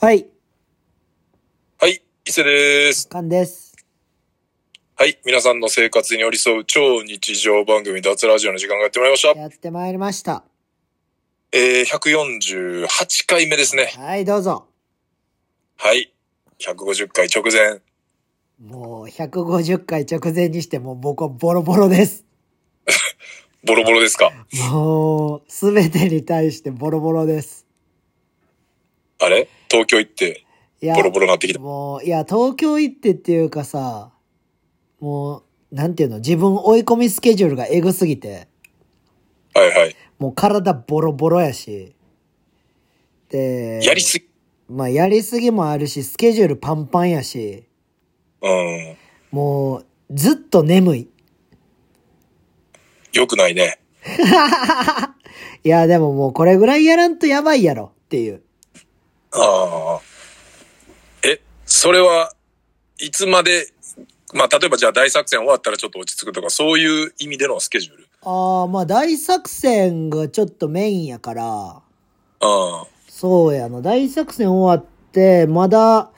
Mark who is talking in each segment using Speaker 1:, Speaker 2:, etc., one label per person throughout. Speaker 1: はい、
Speaker 2: はい、伊勢です。
Speaker 1: カンです。
Speaker 2: はい、皆さんの生活に寄り添う超日常番組脱ラジオの時間がやってまいりました。
Speaker 1: やってまいりました。
Speaker 2: えー、148回目ですね。
Speaker 1: はい、どうぞ。
Speaker 2: はい、150回直前。
Speaker 1: もう、150回直前にして、もう僕はボロボロです。
Speaker 2: ボロボロですか
Speaker 1: もう、すべてに対してボロボロです。
Speaker 2: あれ東京行って
Speaker 1: いや
Speaker 2: ボロボロなってきた。
Speaker 1: もう、いや、東京行ってっていうかさ、もう、なんていうの、自分追い込みスケジュールがエグすぎて、
Speaker 2: はいはい。
Speaker 1: もう体ボロボロやし、で、
Speaker 2: やりすぎ。
Speaker 1: まあ、やりすぎもあるし、スケジュールパンパンやし、
Speaker 2: うん。
Speaker 1: もう、ずっと眠い。
Speaker 2: 良くないね。
Speaker 1: いや、でももうこれぐらいやらんとやばいやろっていう。
Speaker 2: ああ。え、それはいつまで、まあ、例えばじゃあ大作戦終わったらちょっと落ち着くとか、そういう意味でのスケジュール。
Speaker 1: ああ、まあ大作戦がちょっとメインやから、
Speaker 2: あ
Speaker 1: そうやな、大作戦終わって、まだ、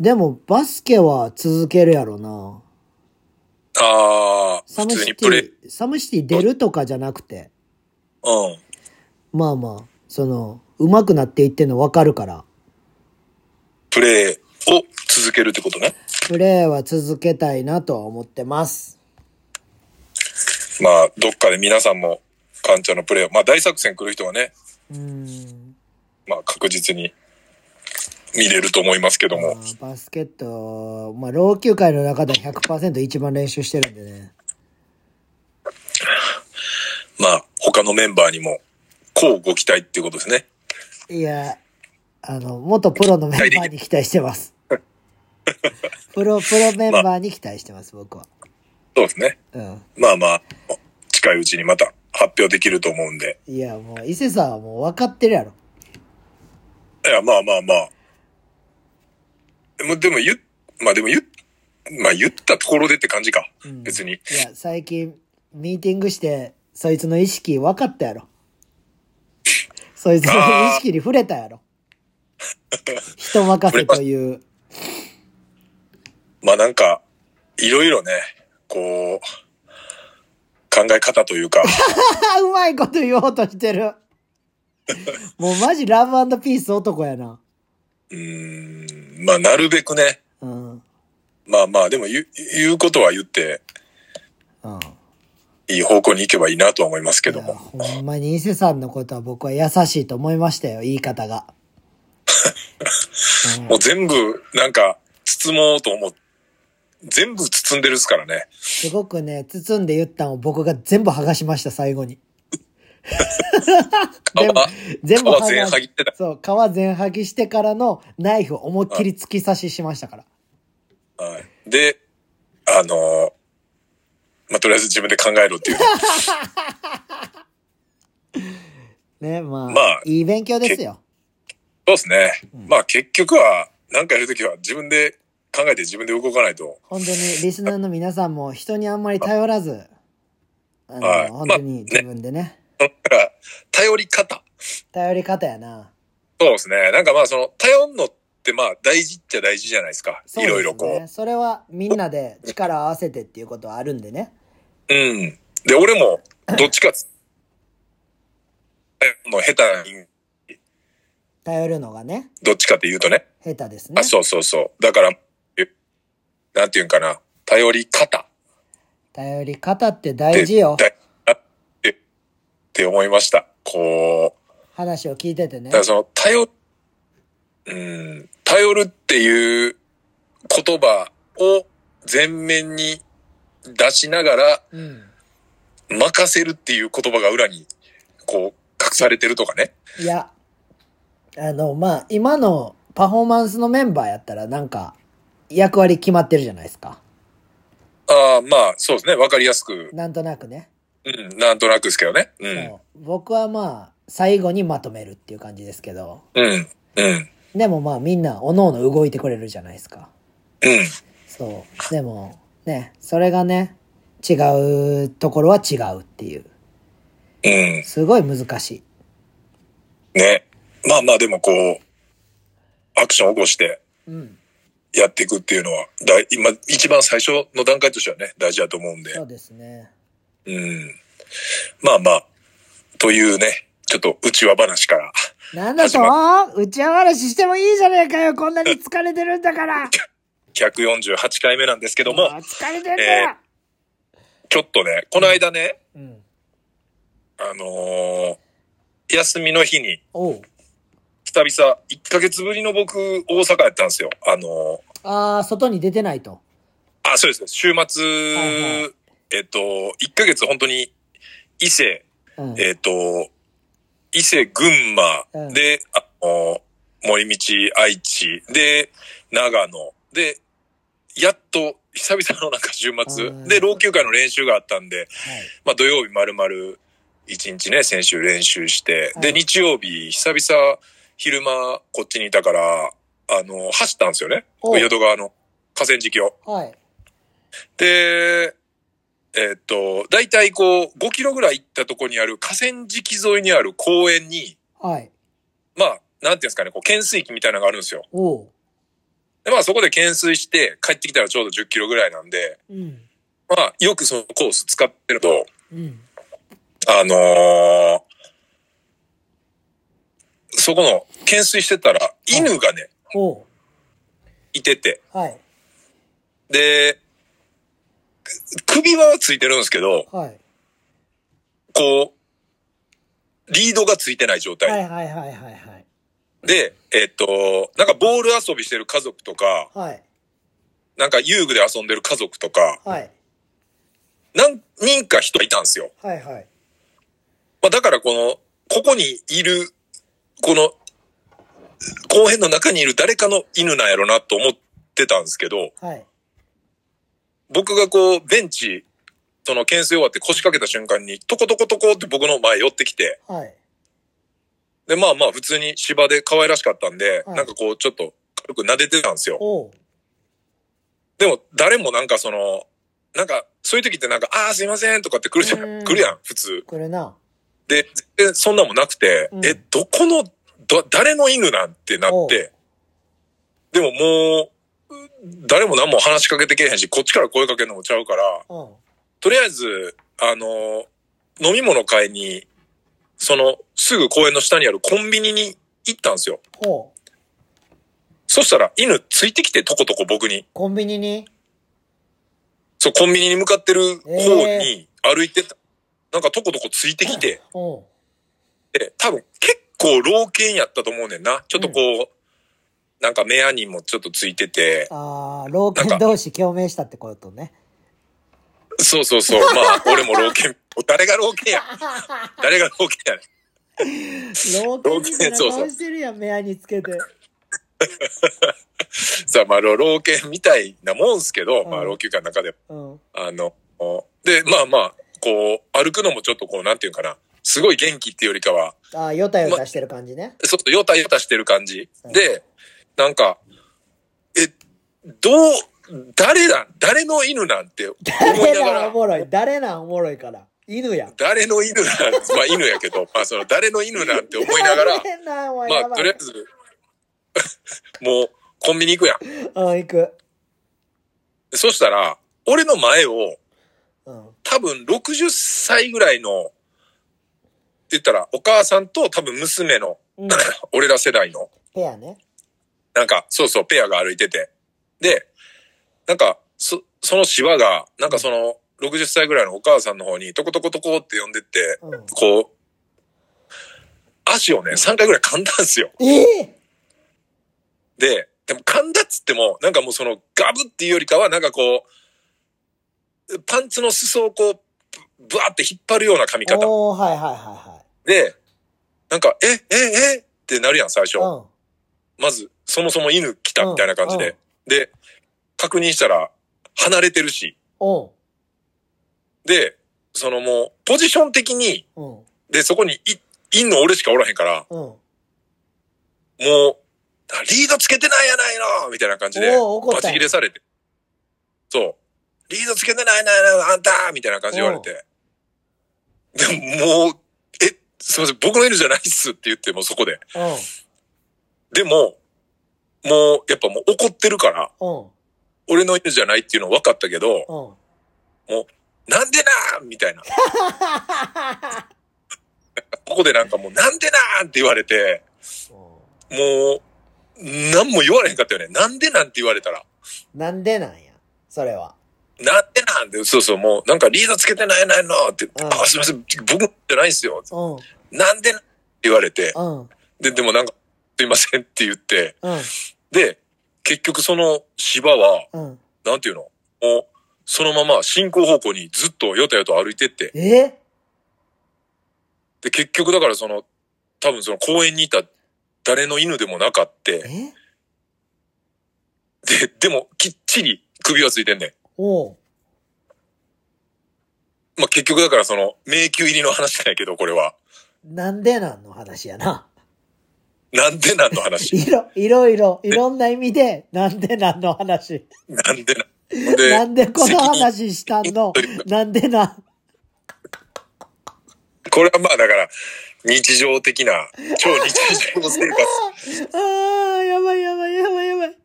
Speaker 1: でもバスケは続けるやろな。
Speaker 2: あ。ああ。
Speaker 1: サ
Speaker 2: 普
Speaker 1: ム
Speaker 2: 通
Speaker 1: シ
Speaker 2: に
Speaker 1: テ
Speaker 2: プレイ
Speaker 1: ィ、、サムシティ出るとかじゃなくて、
Speaker 2: うん。
Speaker 1: まあまあ、その、上手くなっていってんの分かるから、
Speaker 2: プレーを続けるってことね。
Speaker 1: プレーは続けたいなとは思ってます。
Speaker 2: まあ、どっかで皆さんも、カンちゃんのプレーを、まあ、大作戦来る人はね、
Speaker 1: うん。
Speaker 2: まあ、確実に見れると思いますけど
Speaker 1: まあ
Speaker 2: も。
Speaker 1: バスケット、まあ老朽界の中では100%一番練習してるんでね。
Speaker 2: まあ、他のメンバーにも、こうご期待っていうことですね。
Speaker 1: いや、あの、元プロのメンバーに期待してます。プロ、プロメンバーに期待してます、僕は。
Speaker 2: そうですね。
Speaker 1: うん。
Speaker 2: まあまあ、近いうちにまた発表できると思うんで。
Speaker 1: いや、もう、伊勢さんはもう分かってるやろ。
Speaker 2: いや、まあまあまあ。でも、でも言っ、まあでも言っ、まあ言ったところでって感じか。
Speaker 1: うん
Speaker 2: 別に。
Speaker 1: いや、最近、ミーティングして、そいつの意識分かったやろ。そいつの意識に触れたやろ。人任せという。
Speaker 2: まあなんか、いろいろね、こう、考え方とい うか、
Speaker 1: あ、うまいこと言おうとしてる。もうマジラブピース男やな。
Speaker 2: うーん、まあなるべくね、
Speaker 1: うん。
Speaker 2: まあまあでも言う言うことは言って、
Speaker 1: うん。
Speaker 2: いい方向に行けばいいなとは思いますけど
Speaker 1: いや
Speaker 2: も。
Speaker 1: ほんまに伊勢さんのことは僕は優しいと思いましたよ、言い方 が。うん
Speaker 2: もう全部、なんか、包もうと思う。全部包んでるっすからね。
Speaker 1: すごくね、包んで言ったのを僕が全部剥がしました、最後に。
Speaker 2: 皮
Speaker 1: 全部、全部
Speaker 2: 皮全剥ぎってた
Speaker 1: そう、皮全剥ぎしてからのナイフを思いっきり突き刺ししましたから。
Speaker 2: はい。で、あのーまあとりあえず自分で考えろ っていう。
Speaker 1: ね、まあ、
Speaker 2: まあ
Speaker 1: いい勉強ですよ。
Speaker 2: そうですね。まあ結局は、なんかやるときは自分で考えて自分で動かないと。
Speaker 1: 本当にリスナーの皆さんも人にあんまり頼らず、あの、
Speaker 2: はい
Speaker 1: 本当に自分でね、
Speaker 2: だから、頼り方。
Speaker 1: 頼り方やな。
Speaker 2: そうですね。なんかまあその、頼んのってまあ大事っちゃ大事じゃないですか。
Speaker 1: そう
Speaker 2: い
Speaker 1: ですね。
Speaker 2: ろいろこ
Speaker 1: それはみんなで力を合わせてっていうことはあるんでね。
Speaker 2: う。うん。で、俺も、どっちかつ、頼んの下手な人、
Speaker 1: 頼るのがね、
Speaker 2: どっちかって言うとね。
Speaker 1: 下手ですね
Speaker 2: あ、。そうそうそう。だから、えなんていうんかな。頼り方
Speaker 1: 頼り方って
Speaker 2: って。
Speaker 1: 大事よ。
Speaker 2: だって、って思いました。こう。
Speaker 1: 話を聞いててね
Speaker 2: だか。らその、頼、うん、頼るっていう言葉を前面に出しながら、
Speaker 1: うん。
Speaker 2: 任せるっていう言葉が裏に、こう、隠されてるとかね。
Speaker 1: いや、あの、まあ、今のパフォーマンスのメンバーやったらなんか、役割決まってるじゃないですか。
Speaker 2: ああ、まあ、そうですね。わかりやすく。
Speaker 1: なんとなくね。
Speaker 2: うん、なんとなくですけどね。う
Speaker 1: そう僕はまあ、最後にまとめるっていう感じですけど、
Speaker 2: ん。うん。うん。
Speaker 1: でもまあみんな、おのおの動いてくれるじゃないですか。
Speaker 2: うん。
Speaker 1: そう。でも、ね、それがね、違うところは違うっていう。
Speaker 2: うん。
Speaker 1: すごい難しい。
Speaker 2: ね。まあまあ、でもこう、あクションを起こして
Speaker 1: うん。
Speaker 2: やっていくっていうのは、だい今、一番最初の段階としてはね、大事だと思うんで
Speaker 1: そ。うですね。
Speaker 2: うん。まあまあ、というね、ちょっと内輪話から。
Speaker 1: なんだと打ち合わらししてもいいじゃねえかよ。こんなに疲れてるんだから。
Speaker 2: 148回目なんですけど
Speaker 1: あ
Speaker 2: も、
Speaker 1: 疲れてんだよ。
Speaker 2: ちょっとね、この間ね、
Speaker 1: うん。
Speaker 2: あのー休みの日に、
Speaker 1: おう。
Speaker 2: 久々、1ヶ月ぶりの僕、大阪やったんですよ。あの
Speaker 1: ああ、外に出てないと。
Speaker 2: ーあ、そうです。週末、
Speaker 1: はいは
Speaker 2: えっと、1ヶ月本当に、伊勢、
Speaker 1: うん。
Speaker 2: えっと、伊勢、群馬
Speaker 1: うん
Speaker 2: で、あのー森道、愛知で、長野で、やっと、久々のなんか週末
Speaker 1: うん
Speaker 2: で、老朽化の練習があったんで、
Speaker 1: はい。
Speaker 2: まあ土曜日丸々一日ね、先週練習して、
Speaker 1: は
Speaker 2: で、
Speaker 1: い
Speaker 2: 日曜日久々昼間こっちにいたから、あの、走ったんですよね。
Speaker 1: おう
Speaker 2: 淀川の河川敷を。
Speaker 1: はい。
Speaker 2: で、えっと、だいたいこう、5キロぐらい行ったとこにある河川敷沿いにある公園に、
Speaker 1: はい。
Speaker 2: まあ、なんていうんですかね、こう、懸垂器みたいなのがあるんですよ。
Speaker 1: おう。
Speaker 2: で、まあそこで懸垂して帰ってきたらちょうど10キロぐらいなんで、
Speaker 1: うん。
Speaker 2: まあ、よくそのコース使ってると、
Speaker 1: うん。
Speaker 2: あのーそこの、懸垂してたら、犬がね、
Speaker 1: おう。
Speaker 2: いてて、
Speaker 1: はい。
Speaker 2: で、首輪はついてるんですけど、
Speaker 1: はい。
Speaker 2: こう、リードがついてない状態。
Speaker 1: はいはいはいはいはい。
Speaker 2: で、えっと、なんかボール遊びしてる家族とか、
Speaker 1: はい。
Speaker 2: なんか遊具で遊んでる家族とか、
Speaker 1: はい。
Speaker 2: 何人か人がいたんですよ。
Speaker 1: はいはい。
Speaker 2: まあ、だからこの、ここにいる、この、公園の中にいる誰かの犬なんやろなと思ってたんですけど、
Speaker 1: はい。
Speaker 2: 僕がこう、ベンチ、その、懸垂終わって腰掛けた瞬間に、トコトコトコって僕の前寄ってきて、
Speaker 1: はい。
Speaker 2: で、まあまあ、普通に芝で可愛らしかったんで、
Speaker 1: はい
Speaker 2: なんかこう、ちょっと軽く撫でてたんですよ。
Speaker 1: おう。
Speaker 2: でも、誰もなんかその、なんか、そういう時ってなんか、ああ、すいませんとかって来るじゃ
Speaker 1: うん
Speaker 2: ん、来るやん、普通。
Speaker 1: これな。
Speaker 2: で、全然そんなもんなくて、
Speaker 1: うん
Speaker 2: え、どこの、ど、誰の犬なんてなって、でももう、誰も何も話しかけてけえへんし、こっちから声かけるのもちゃうから、
Speaker 1: うん。
Speaker 2: とりあえず、あの、飲み物買いに、その、すぐ公園の下にあるコンビニに行ったんですよ。
Speaker 1: おう。
Speaker 2: そしたら犬ついてきてとことこ僕に。
Speaker 1: コンビニに
Speaker 2: そう、コンビニに向かってる方に歩いてた。なんかとことこついてきて、
Speaker 1: おう。
Speaker 2: で、多分結構老犬やったと思うねんな。ちょっとこう、なんか目アにもちょっとついてて、
Speaker 1: ああ、老
Speaker 2: なん
Speaker 1: 犬
Speaker 2: か
Speaker 1: 同士共鳴したってことね。
Speaker 2: そうそうそう、まあ、俺も老犬、 誰が老犬や。誰が老犬やねん。
Speaker 1: 老犬みたいな顔してるやん、目やにつけて。
Speaker 2: さあ、まあ、老老犬みたいなもんすけど、ま
Speaker 1: う
Speaker 2: あ、
Speaker 1: ん
Speaker 2: 老朽化の中で
Speaker 1: うん。
Speaker 2: あの、で、まあまあ、こう、歩くのもちょっとこう、なんていうかな、すごい元気っていうよりかは、
Speaker 1: ああ、よたよたしてる感じね。
Speaker 2: ちょっとヨタヨタしてる感じ
Speaker 1: うん。
Speaker 2: で、なんか、え、どう、誰だ、誰の犬なんて思い
Speaker 1: 誰
Speaker 2: な
Speaker 1: なんお
Speaker 2: がら、
Speaker 1: もろい。誰なんおもろいから。犬や。
Speaker 2: 誰の犬なんまあ犬やけど、まあその誰の犬なんて思いながら、
Speaker 1: 誰なんお前や
Speaker 2: まあ
Speaker 1: ば
Speaker 2: とりあえず、 もうコンビニ行くやん。
Speaker 1: うん、行く。
Speaker 2: そしたら、俺の前を、
Speaker 1: うん。
Speaker 2: 多分60歳ぐらいの、って言ったら、お母さんと多分娘の、
Speaker 1: うん。
Speaker 2: 俺ら世代の、
Speaker 1: ペアね。
Speaker 2: なんか、そうそう、ペアが歩いてて。で、なんか、そ、その芝が、なんかその、60歳ぐらいのお母さんの方に、トコトコトコって呼んでって、
Speaker 1: うん。
Speaker 2: こう、足をね、3回ぐらい噛んだんですよ。
Speaker 1: ええ
Speaker 2: で、でも噛んだっつっても、なんかもうその、ガブっていうよりかは、なんかこう、パンツの裾をこう、ぶわって引っ張るような噛み方。
Speaker 1: おー、はいはいはいはい。
Speaker 2: で、なんか、え、え、えってなるやん、最初。
Speaker 1: うん。
Speaker 2: まず、そもそも犬来たみたいな感じ
Speaker 1: うんう
Speaker 2: で。で、確認したら、離れてるし。
Speaker 1: おう。
Speaker 2: で、そのもう、ポジション的に、
Speaker 1: うん。
Speaker 2: で、そこにい、いんの俺しかおらへんから、
Speaker 1: うん。
Speaker 2: もう、リードつけてないやないのみたいな感じで、
Speaker 1: おう怒
Speaker 2: バ
Speaker 1: ったんや
Speaker 2: チ切れされて。そう。リードつけてないないないあんたみたいな感じで言われて。でも、もう、え、すいません、僕の犬じゃないっすって言って、もうそこで。
Speaker 1: うん。
Speaker 2: でも、もう、やっぱもう怒ってるから、
Speaker 1: うん。
Speaker 2: 俺の犬じゃないっていうの分かったけど、
Speaker 1: うん。
Speaker 2: なんでなんみたいな。ここでなんかもう、なんでなんって言われて、もう、何も言われへんかったよね。なんでなんて言われたら。
Speaker 1: なんでなんや。それは。
Speaker 2: なんでなんって、そうそう、もう、なんかリードつけてないないのって言って、
Speaker 1: うん
Speaker 2: あ、すいません、僕じゃないんすよ。
Speaker 1: うん。
Speaker 2: なんでなんって言われて、
Speaker 1: うん。
Speaker 2: で、でもなんか、すいませんって言って、
Speaker 1: うん。
Speaker 2: で、結局その芝は、
Speaker 1: うん。
Speaker 2: なんていうのもう、そのまま進行方向にずっとよたよた歩いてって、
Speaker 1: え
Speaker 2: で、結局だからその、多分その公園にいた誰の犬でもなかって、
Speaker 1: え
Speaker 2: で、でもきっちり首はついてんねん。
Speaker 1: おう。
Speaker 2: まあ、結局だからその、迷宮入りの話だけど、これは。
Speaker 1: なんでなんの話やな。
Speaker 2: なんでなんの 話。
Speaker 1: いろ、いろいろ、いろんな意味で、なんでなんの話。
Speaker 2: なんでなん。で、
Speaker 1: なんでこの話したのなん でなん。
Speaker 2: これはまあだから、日常的な、超日常 生活。
Speaker 1: ああ、やばいやばいやばいやばい。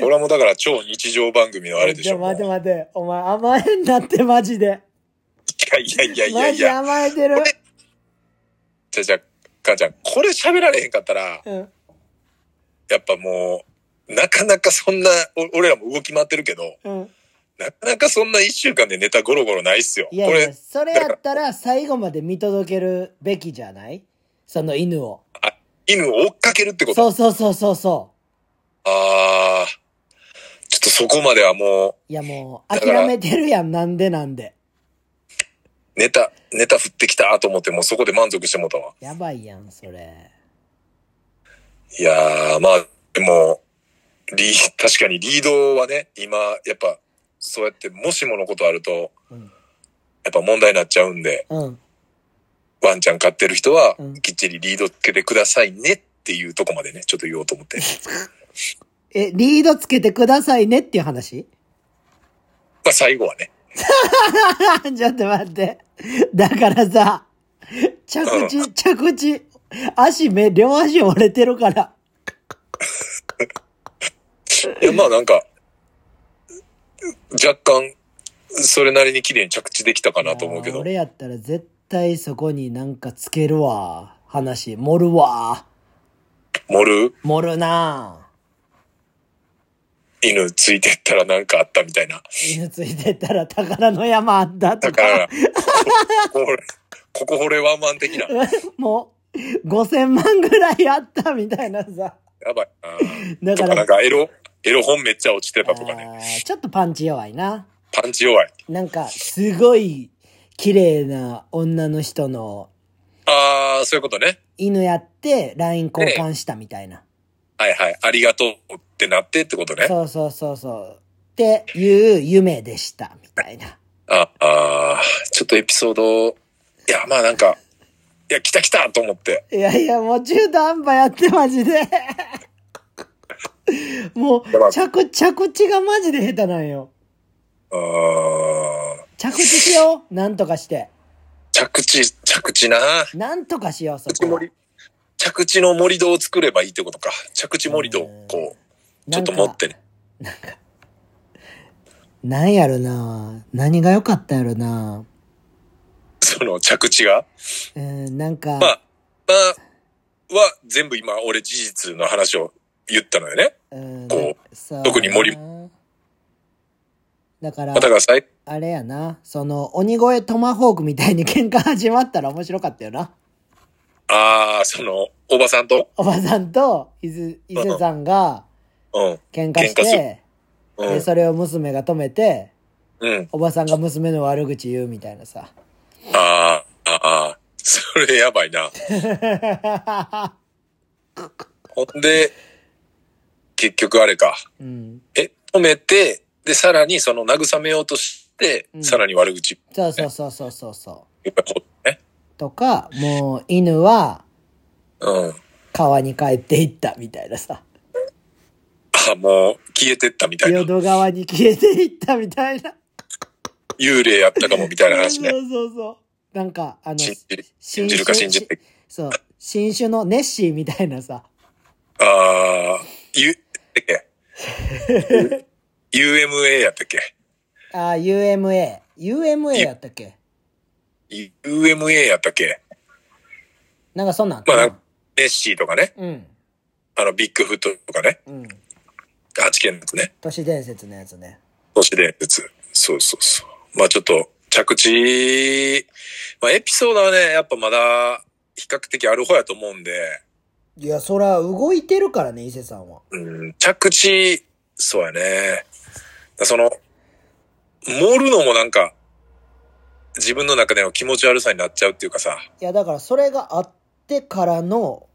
Speaker 2: これはもうだから超日常番組のあれでし
Speaker 1: ち
Speaker 2: ょ。
Speaker 1: ょ待て待て。お前甘えんなってマジで。
Speaker 2: いやいやいや
Speaker 1: マ
Speaker 2: いやい
Speaker 1: ジ
Speaker 2: や。
Speaker 1: 甘えてる。
Speaker 2: じゃあじゃあ、母ちゃん、これ喋られへんかったら、
Speaker 1: うん。
Speaker 2: やっぱもう、なかなかそんな、お俺らも動き回ってるけど、
Speaker 1: うん。
Speaker 2: なかなかそんな一週間でネタゴロゴロないっすよ。
Speaker 1: いや
Speaker 2: こ
Speaker 1: いや、
Speaker 2: れ、
Speaker 1: それやったら最後まで見届けるべきじゃないその犬を。
Speaker 2: 犬を追っかけるってこと。
Speaker 1: そうそうそうそうそ
Speaker 2: あー、ちょっとそこまではも
Speaker 1: う。いやもう、
Speaker 2: だから
Speaker 1: 諦めてるやん、なんでなんで。
Speaker 2: う、ネタ、ネタ振ってきたと思って、もうそこで満足してもうたわ。
Speaker 1: やばいやん、それ。
Speaker 2: いやー、まあ、でも、リー、 確かにリードはね、今、やっぱ、そうやって、もしものことあると、
Speaker 1: うん。
Speaker 2: やっぱ問題になっちゃうんで、
Speaker 1: うん。
Speaker 2: ワンちゃん飼ってる人は
Speaker 1: うん、
Speaker 2: きっちりリードつけてくださいねっていうとこまでね、ちょっと言おうと思って。
Speaker 1: え、リードつけてくださいねっていう話
Speaker 2: まあ、最後はね。
Speaker 1: ちょっと待って。だからさ、着
Speaker 2: う
Speaker 1: 地、着地、足め、両足折れてるから。
Speaker 2: いや、まあなんか、若干、それなりに綺麗に着地できたかなと思うけ
Speaker 1: いや
Speaker 2: ど。
Speaker 1: 俺やったら絶対そこになんかつけるわ。話、盛るわ。
Speaker 2: 盛る
Speaker 1: 盛るな
Speaker 2: 犬ついてったらなんかあったみたいな。
Speaker 1: 犬ついてったら宝の山あったと
Speaker 2: だ
Speaker 1: か。
Speaker 2: から、こここれ、ここほれワンマン的な。
Speaker 1: もう、5000万ぐらいあったみたいなさ。
Speaker 2: やばいな。
Speaker 1: だ
Speaker 2: と
Speaker 1: か
Speaker 2: か、な
Speaker 1: ら
Speaker 2: ん、かエロ、エロ本めっちゃ落ちてたとかね。
Speaker 1: あーちょっとパンチ弱いな。
Speaker 2: パンチ弱い。
Speaker 1: なんか、すごい、綺麗な女の人の
Speaker 2: ああ、そういうことね。
Speaker 1: 犬やって、LINE 交換したみたいな。
Speaker 2: はいはい。ありがとうってなってってことね。
Speaker 1: そうそうそうそう。っていう夢でした、みたいな。
Speaker 2: ああー、ちょっとエピソード、いや、まあなんか、いや、来た来たと思って。
Speaker 1: いやいや、もう中途半端やって、マジ で。もう
Speaker 2: やばい、
Speaker 1: 着、着地がマジで下手なんよ。
Speaker 2: あー
Speaker 1: 着地しよう。なんとかして。
Speaker 2: 着地、着地な。
Speaker 1: なんとかしよう、そ
Speaker 2: 着地
Speaker 1: こは
Speaker 2: 盛り。着地の盛り土を作ればいいってことか。着地盛り土
Speaker 1: う
Speaker 2: を
Speaker 1: ん
Speaker 2: こう、ち
Speaker 1: な
Speaker 2: ょっ
Speaker 1: ん
Speaker 2: と
Speaker 1: か
Speaker 2: 持ってね。
Speaker 1: なんやろな何が良かったんやろな
Speaker 2: その着地が。
Speaker 1: うん、なんか、
Speaker 2: まあ、まあ、は全部今俺事実の話を言ったのよね。
Speaker 1: うん、
Speaker 2: こう
Speaker 1: なんかそう
Speaker 2: 特に森
Speaker 1: だから
Speaker 2: まあ、だから最
Speaker 1: あれやな、その、鬼越トマホークみたいに喧嘩始まったら面白かったよな。
Speaker 2: ああ、その、おばさんと、
Speaker 1: おばさんと伊豆、伊勢さんが
Speaker 2: うん、
Speaker 1: 喧嘩し
Speaker 2: 喧嘩す
Speaker 1: て、
Speaker 2: う
Speaker 1: で
Speaker 2: ん、
Speaker 1: それを娘が止めて、
Speaker 2: うん、
Speaker 1: おばさんが娘の悪口言うみたいな さ。
Speaker 2: ああ、ああ、それやばいな。ほんで、結局あれか。
Speaker 1: うん。
Speaker 2: え、止めて、で、さらにその慰めようとして、
Speaker 1: うん
Speaker 2: さらに悪口
Speaker 1: そうそうそうそうそうそ
Speaker 2: 言ったことね。
Speaker 1: う。とか、もう犬は
Speaker 2: うん。
Speaker 1: 川に帰っていったみたいなさ。
Speaker 2: あ、もう消えてったみたいな。
Speaker 1: 淀川に消えていったみたいな。
Speaker 2: 幽霊やったかもみたいな話
Speaker 1: そ
Speaker 2: ね。
Speaker 1: うそうそう。なんか、あの、
Speaker 2: 信じる、
Speaker 1: 新
Speaker 2: 信じるか信じない。
Speaker 1: そう、新種のネッシーみたいなさ。
Speaker 2: ああ、 U、ええ UMA やったっけ
Speaker 1: あー、UMA。UMA やったっけ
Speaker 2: ?UMA やったっけ
Speaker 1: なんかそんなんあった
Speaker 2: まあ、
Speaker 1: な
Speaker 2: なんかネッシーとかね、
Speaker 1: うん。
Speaker 2: あの、ビッグフットとかね、
Speaker 1: うん。
Speaker 2: 8件ですね、
Speaker 1: 都市伝説のやつね。
Speaker 2: 都市伝説。そうそうそう。まあちょっと、着地、まあエピソードはね、やっぱまだ、比較的ある方やと思うんで、
Speaker 1: いや、そら、動いてるからね、伊勢さんは。
Speaker 2: うん、着地、そうやね。その、盛るのもなんか、自分の中での気持ち悪さになっちゃうっていうかさ、
Speaker 1: いや、だから、それがあってからの、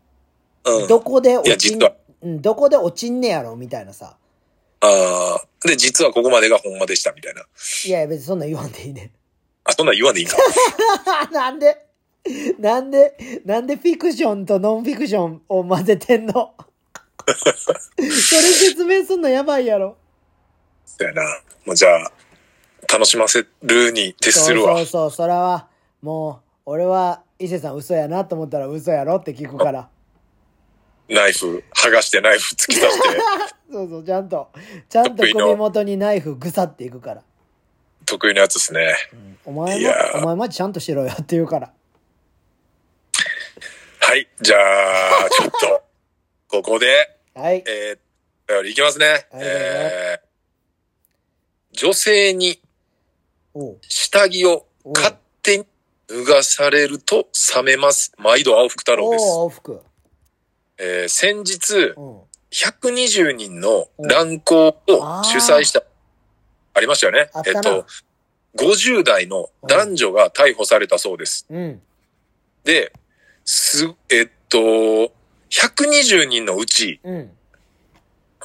Speaker 2: うん。
Speaker 1: どこで落
Speaker 2: や
Speaker 1: ちん
Speaker 2: 実は、
Speaker 1: うん、どこで落ちんねやろ、みたいなさ。
Speaker 2: ああ、で、実はここまでがほんまでしたみたいな。
Speaker 1: いや、別にそんなん言わんでいいね。
Speaker 2: あ、そんなん言わんでいいか。
Speaker 1: なんでなんでなんでフィクションとノンフィクションを混ぜてんの それ説明すんのやばいやろ。
Speaker 2: そうやな。もうじゃあ、楽しませるに徹する
Speaker 1: そ
Speaker 2: わ。
Speaker 1: うそうそう、そらは、もう、俺は、伊勢さん嘘やなと思ったら嘘やろって聞くから。
Speaker 2: ナイフ、剥がしてナイフ突き刺 して、
Speaker 1: そうそう、ちゃんと、ちゃんと首元にナイフぐさっていくから。
Speaker 2: 得意なやつですね。
Speaker 1: うんお前
Speaker 2: い
Speaker 1: も
Speaker 2: や、
Speaker 1: お前もちゃんとしろよって言うから。
Speaker 2: はい、じゃあ、ちょっと、ここで、
Speaker 1: はい。
Speaker 2: えー、お便りいきますね。
Speaker 1: はいどうぞ
Speaker 2: えー、女性に
Speaker 1: おう
Speaker 2: 下着を勝手に脱がされると冷めます。毎度青福太郎です。
Speaker 1: おう、服。
Speaker 2: えー、先日、
Speaker 1: うん。
Speaker 2: 120人の乱行を主催した、ありましたよね
Speaker 1: あっ。
Speaker 2: え
Speaker 1: た
Speaker 2: っ
Speaker 1: な
Speaker 2: と、50代の男女が逮捕されたそうです。
Speaker 1: うん。
Speaker 2: で、す、えっと、120人のうち、
Speaker 1: うん。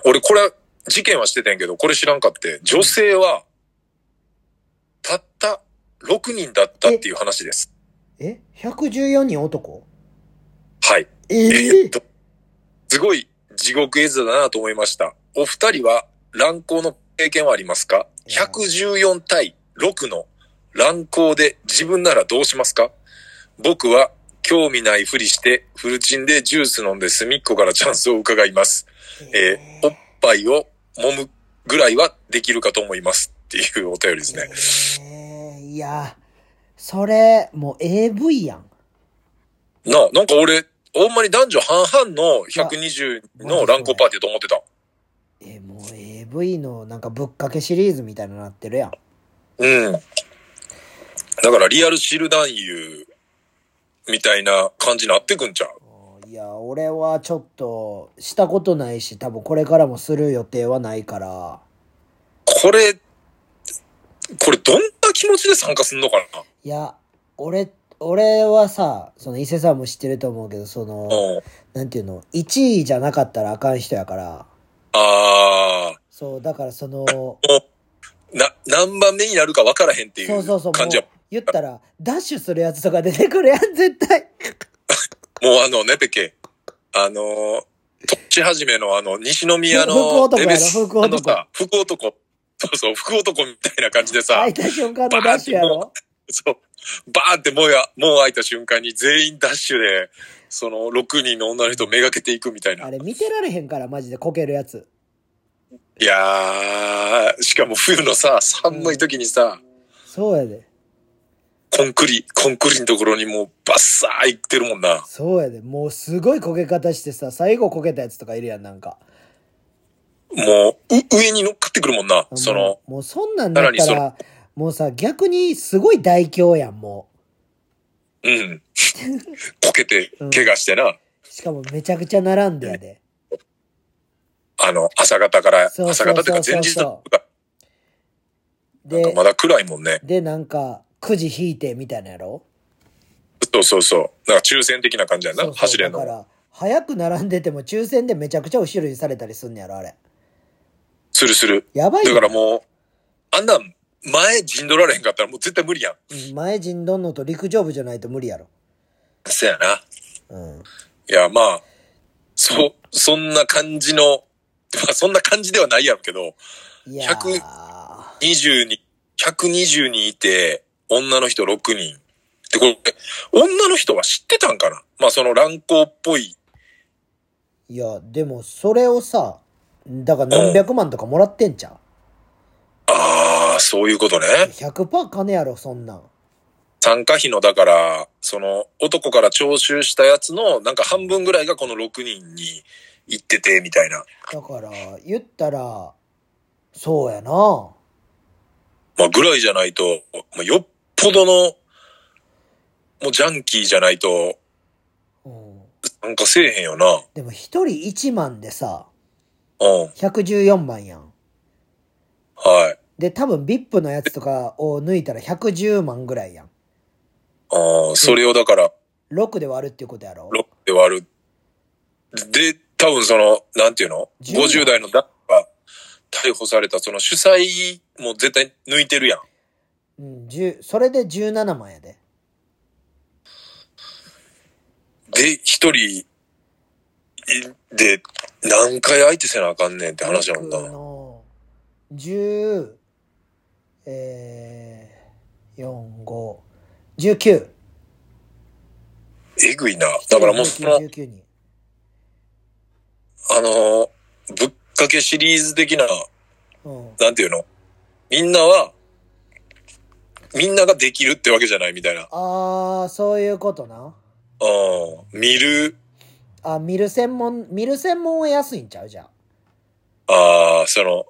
Speaker 2: 俺これ、事件はしててんけど、これ知らんかって、女性は、たった6人だったっていう話です。
Speaker 1: え ?114 人男
Speaker 2: はい。
Speaker 1: え
Speaker 2: えっ
Speaker 1: え
Speaker 2: と、すごい地獄絵図だなと思いました。お二人は乱行の経験はありますか
Speaker 1: いや
Speaker 2: ?114 対6の乱行で自分ならどうしますか僕は興味ないふりしてフルチンでジュース飲んで隅っこからチャンスを伺います。えーおっぱいを揉むぐらいはできるかと思いますっていうお便りですね。
Speaker 1: えーいや、それ、もう AV やん。
Speaker 2: なあ、なんか俺、ほんまに男女半々の120の乱行パーティーと思ってた。
Speaker 1: えーもう AV のなんかぶっかけシリーズみたいになってるやん。
Speaker 2: うん。だからリアルシル男優みたいな感じになってくんちゃう
Speaker 1: いや、俺はちょっと、したことないし、多分これからもする予定はないから。
Speaker 2: これ、これどんな気持ちで参加すんのかない
Speaker 1: や、俺、俺はさ、その伊勢さんも知ってると思うけど、その、
Speaker 2: うん。
Speaker 1: なんていうの、1位じゃなかったらあかん人やから。
Speaker 2: あ
Speaker 1: そう、だからその、
Speaker 2: ー、な、何番目になるか分からへんってい
Speaker 1: そう
Speaker 2: う
Speaker 1: そうそう、も
Speaker 2: 感じや。
Speaker 1: う言ったら、ダッシュするやつとか出てくるやん、絶対。
Speaker 2: もうあのね、ペケ。あのー、とっちはじめのあの、西宮
Speaker 1: ふ福
Speaker 2: の
Speaker 1: 男やろ
Speaker 2: レベス
Speaker 1: 福男
Speaker 2: あのさ、福男。そうそう、福男みたいな感じでさ、
Speaker 1: 開いた瞬間のダッシュやろ
Speaker 2: そう。バーンってもうや、もう開いた瞬間に全員ダッシュで、その6人の女の人をめがけていくみたいな
Speaker 1: あ。れ見てられへんから、マジでこけるやつ。
Speaker 2: いやー、しかも冬のさ、寒い時にさ、
Speaker 1: そうやで。
Speaker 2: コンクリ、コンクリのところにもうバッサー行ってるもんな。
Speaker 1: そうやで。もうすごいこけ方してさ、最後こけたやつとかいるやん、なんか。
Speaker 2: もう、う上に乗っかってくるもんな。その、
Speaker 1: もうもうそんなんだっ
Speaker 2: さ
Speaker 1: た
Speaker 2: ら
Speaker 1: ら、もうさ、逆にすごい大凶やん、も
Speaker 2: うん。こけて、怪我してな。
Speaker 1: う。しかもめちゃくちゃ並んでやで。
Speaker 2: あの、朝方から、
Speaker 1: そうそ
Speaker 2: 朝
Speaker 1: うそう
Speaker 2: 方っていうか前日とか、なんか
Speaker 1: で
Speaker 2: ま、だ暗いもんね。
Speaker 1: で、なんか、くじ引いてみたいなやろ
Speaker 2: そうそうそう。なんか抽選的な感じやな。
Speaker 1: そうそう
Speaker 2: 走れん
Speaker 1: だ
Speaker 2: の
Speaker 1: か
Speaker 2: も。
Speaker 1: ら、早く並んでても抽選でめちゃくちゃ後ろにされたりすんねやろ、あれ。
Speaker 2: するする。
Speaker 1: やばい
Speaker 2: だ
Speaker 1: よ
Speaker 2: からもう、あんなん、前陣取られへんかったらもう絶対無理やん。
Speaker 1: うん前陣どんのと陸上部じゃないと無理やろ。
Speaker 2: そやな。
Speaker 1: うん。
Speaker 2: いや、まあ、そ、そんな感じの、まあそんな感じではないやろうけど、
Speaker 1: いやー。
Speaker 2: 20人、120人いて、女の人6人。で、これ、女の人は知ってたんかなまあその乱行っぽい
Speaker 1: いや、でも、それをさ、だから何百万とかもらってんじゃん。
Speaker 2: ああ、そういうことね。
Speaker 1: 100%金やろ、そんなん。
Speaker 2: 参加費の、だから、その、男から徴収したやつの、なんか半分ぐらいがこの6人に行ってて、みたいな。
Speaker 1: だから、言ったら、そうやな。
Speaker 2: まあ、ぐらいじゃないと、まあ、よっぽどの、もうジャンキーじゃないと、
Speaker 1: うん。
Speaker 2: なんかせえへんよな。
Speaker 1: でも、一人1万でさ、
Speaker 2: うん。
Speaker 1: 114万やん。
Speaker 2: はい。
Speaker 1: で、多分 VIP のやつとかを抜いたら110万ぐらいやん。
Speaker 2: ああ、それをだから、
Speaker 1: 6で割るっていうことやろ
Speaker 2: 6で割る。で、多分その、なんていうの
Speaker 1: 10
Speaker 2: ?50 代の男が逮捕された、その主催も絶対抜いてるやん。
Speaker 1: うん、10、それで17万やで。
Speaker 2: で、一人い、で、何回相手せなあかんねんって話やもんな。
Speaker 1: 僕の10、えー、4、5、19。
Speaker 2: えぐいな。だからもうその、
Speaker 1: 19人。
Speaker 2: あのー、ぶっかけシリーズ的な、
Speaker 1: うん。
Speaker 2: なんていうのみんなは、みんなができるってわけじゃないみたいな。
Speaker 1: あー、そういうことな。
Speaker 2: うん。見る、
Speaker 1: あ、見る専門、見る専門は安いんちゃうじゃん。
Speaker 2: ああ、その、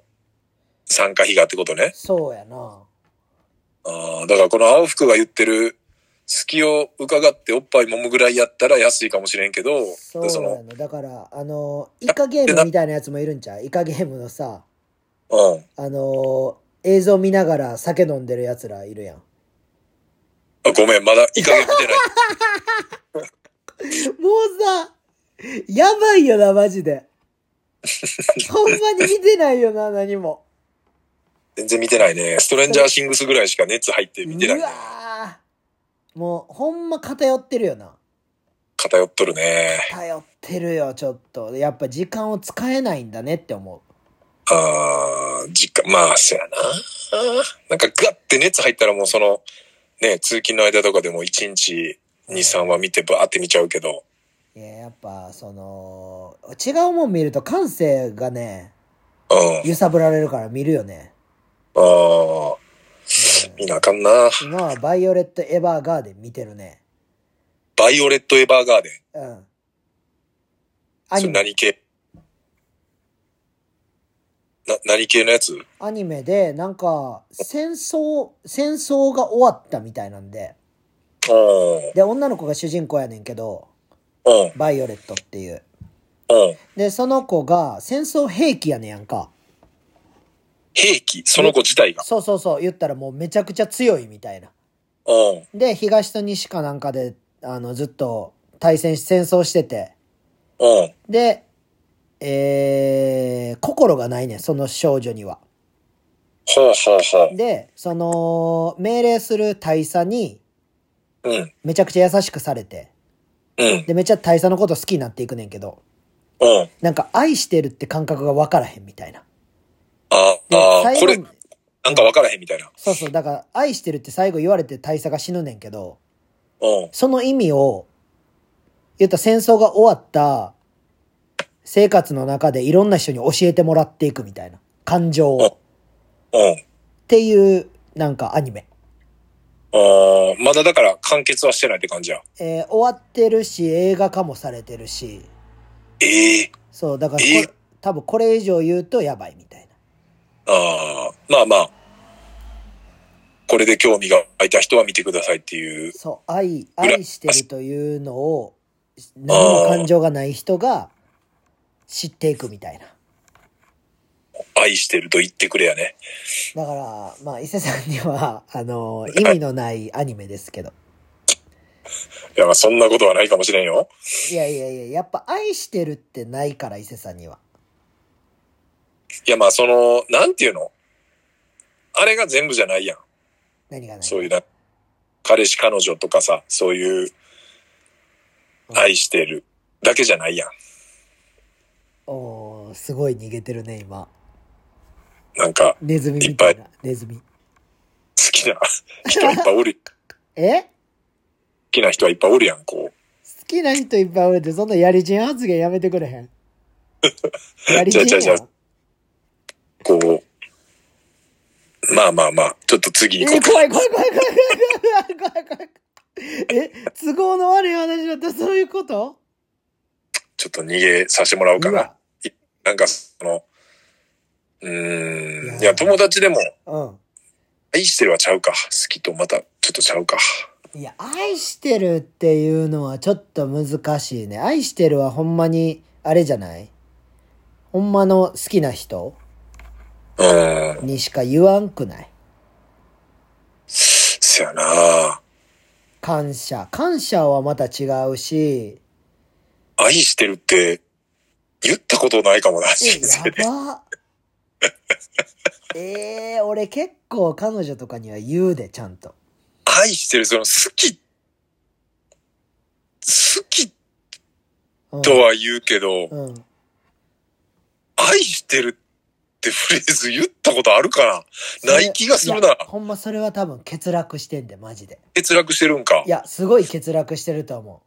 Speaker 2: 参加費がってことね。
Speaker 1: そうやな。
Speaker 2: ああ、だからこの青服が言ってる、隙を伺っておっぱい揉むぐらいやったら安いかもしれんけど、
Speaker 1: そう
Speaker 2: そ
Speaker 1: や
Speaker 2: の、
Speaker 1: な。だから、あの、イカゲームみたいなやつもいるんちゃうイカゲームのさ、
Speaker 2: うん。
Speaker 1: あの、映像見ながら酒飲んでるやつらいるやん。
Speaker 2: あごめん、まだいい加減見てない。
Speaker 1: もうさ、やばいよな、マジ で。ほんまに見てないよな、何も。
Speaker 2: 全然見てないね。ストレンジャーシングスぐらいしか熱入って見てないうね。
Speaker 1: わーもう、ほんま偏ってるよな。
Speaker 2: 偏っとるね。
Speaker 1: 偏ってるよ、ちょっと。やっぱ時間を使えないんだねって思
Speaker 2: ああ、実家、まあ、そやな。なんかガッて熱入ったらもうその、ね、通勤の間とかでも1日2、3話見てバーって見ちゃうけど。
Speaker 1: う。いや、やっぱ、その、違うもん見ると感性がね、
Speaker 2: うん。
Speaker 1: 揺さぶられるから見るよね。
Speaker 2: ああ、見なあかんな。
Speaker 1: 今はバイオレット・エヴァーガーデン見てるね。
Speaker 2: バイオレット・エヴァーガーデン。
Speaker 1: うん。ア
Speaker 2: そ
Speaker 1: ニ
Speaker 2: れ
Speaker 1: メ、
Speaker 2: 何系な、何系のやつ
Speaker 1: アニメで、なんか、戦争、戦争が終わったみたいなんで、
Speaker 2: うん。うん。
Speaker 1: で、女の子が主人公やねんけど、
Speaker 2: うん。
Speaker 1: バイオレットっていう。
Speaker 2: うん。
Speaker 1: で、その子が戦争兵器やねんやんか。
Speaker 2: 兵器その子自体が。
Speaker 1: そうそうそう、言ったらもうめちゃくちゃ強いみたいな。
Speaker 2: うん。
Speaker 1: で、東と西かなんかで、あの、ずっと対戦し、戦争してて。
Speaker 2: うん。
Speaker 1: で、えー、心がないねん、その少女には。
Speaker 2: ほうほうほう。
Speaker 1: で、その、命令する大佐に、
Speaker 2: うん。
Speaker 1: めちゃくちゃ優しくされて。
Speaker 2: うん。
Speaker 1: で、めっちゃ大佐のこと好きになっていくねんけど、
Speaker 2: うん。
Speaker 1: なんか愛してるって感覚がわからへんみたいな。
Speaker 2: あ
Speaker 1: で
Speaker 2: あ、これ、
Speaker 1: 最後
Speaker 2: な、んかわからへんみたいな。
Speaker 1: そうそう、だから愛してるって最後言われて大佐が死ぬねんけど、
Speaker 2: うん。
Speaker 1: その意味を、言ったら戦争が終わった生活の中でいろんな人に教えてもらっていくみたいな感情を。
Speaker 2: うん。
Speaker 1: っていう、なんかアニメ。
Speaker 2: ああ、まだだから完結はしてないって感じや。
Speaker 1: えー終わってるし、映画化もされてるし、
Speaker 2: ええ
Speaker 1: そう、だからこ
Speaker 2: え
Speaker 1: れ、多分これ以上言うとやばいみたいな。
Speaker 2: ああ、まあまあ。これで興味が湧いた人は見てくださいっていう。
Speaker 1: そう、愛、愛してるというのを、何も感情がない人が知っていくみたいな。
Speaker 2: 愛してると言ってくれやね。
Speaker 1: だから、まあ、伊勢さんには、 あの、意味のないアニメですけど。
Speaker 2: いや、まあそんなことはないかもしれんよ。
Speaker 1: いやいやいや、やっぱ愛してるってないから、伊勢さんには。
Speaker 2: いや、まあその、なんていうのあれが全部じゃないやん。
Speaker 1: 何がない
Speaker 2: そういうな、彼氏彼女とかさ、そういう、愛してるだけじゃないやん。
Speaker 1: おーすごい逃げてるね、今。
Speaker 2: なんか、
Speaker 1: ネズミみたい
Speaker 2: い
Speaker 1: な。ネズミ。
Speaker 2: 好きな人いっぱいおる。好
Speaker 1: え好
Speaker 2: きな人はいっぱいおるやん、こう。
Speaker 1: きな人いっぱいおるって、そんなやりちん発言やめてくれへん。やり
Speaker 2: じ
Speaker 1: き
Speaker 2: ゃあじゃあ
Speaker 1: れ
Speaker 2: じゃ
Speaker 1: よ
Speaker 2: あ。こう、まあまあまあ、ちょっと次
Speaker 1: え
Speaker 2: 行こう
Speaker 1: ー、怖い怖い怖い怖い怖い怖い怖い怖い怖い。え、都合の悪い話だったそういうこと
Speaker 2: ちょっと逃げさせてもらおうか
Speaker 1: う
Speaker 2: な
Speaker 1: わ。。
Speaker 2: なんか、その、うーん、
Speaker 1: い
Speaker 2: い
Speaker 1: や
Speaker 2: や、友達でも、
Speaker 1: う
Speaker 2: 愛してるはちゃうか。好きとまた、ちょっとちゃうか。
Speaker 1: ん。いや、愛してるっていうのはちょっと難しいね。愛してるはほんまに、あれじゃないほんまの好きな人
Speaker 2: うーん、
Speaker 1: にしか言わんくない
Speaker 2: そやな
Speaker 1: 感謝。感謝はまた違うし、
Speaker 2: 愛してるって、言ったことないかもな、
Speaker 1: え
Speaker 2: 人生で。
Speaker 1: やば。 えー、俺結構彼女とかには言うで、ちゃんと。
Speaker 2: 愛してる、その、好き、好き
Speaker 1: うん、
Speaker 2: とは言うけど、
Speaker 1: うん。
Speaker 2: 愛してるってフレーズ言ったことあるかなない気がする
Speaker 1: いや
Speaker 2: な。
Speaker 1: ほんまそれは多分欠落してんで、マジで。
Speaker 2: 欠落してるんか
Speaker 1: い。や、すごい欠落してると思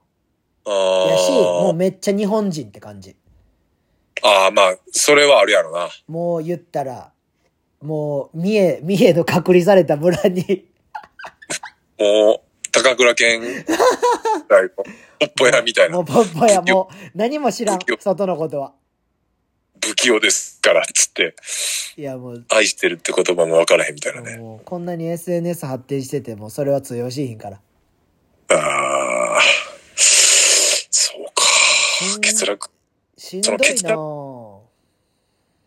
Speaker 2: あ
Speaker 1: う。やし、もう
Speaker 2: ー
Speaker 1: めっちゃ日本人って感じ。
Speaker 2: あー、まあ、それはあるやろな。
Speaker 1: もう言ったら、もう、三重、三重の隔離された村 に、
Speaker 2: もう、高倉健、 ライブ、おっぽやみたい
Speaker 1: も
Speaker 2: な
Speaker 1: う、ポッポや、もう、何も知らん
Speaker 2: 不器用、
Speaker 1: 外のことは。
Speaker 2: 不器用ですから、つって、
Speaker 1: いや、もう、
Speaker 2: 愛してるって言葉もわからへんみたいなね。
Speaker 1: もうこんなに SNS 発展してても、それは通用しひんから。
Speaker 2: ああ、そうか
Speaker 1: う。ん
Speaker 2: 欠落。
Speaker 1: しんど
Speaker 2: そ
Speaker 1: い
Speaker 2: の欠
Speaker 1: な
Speaker 2: 落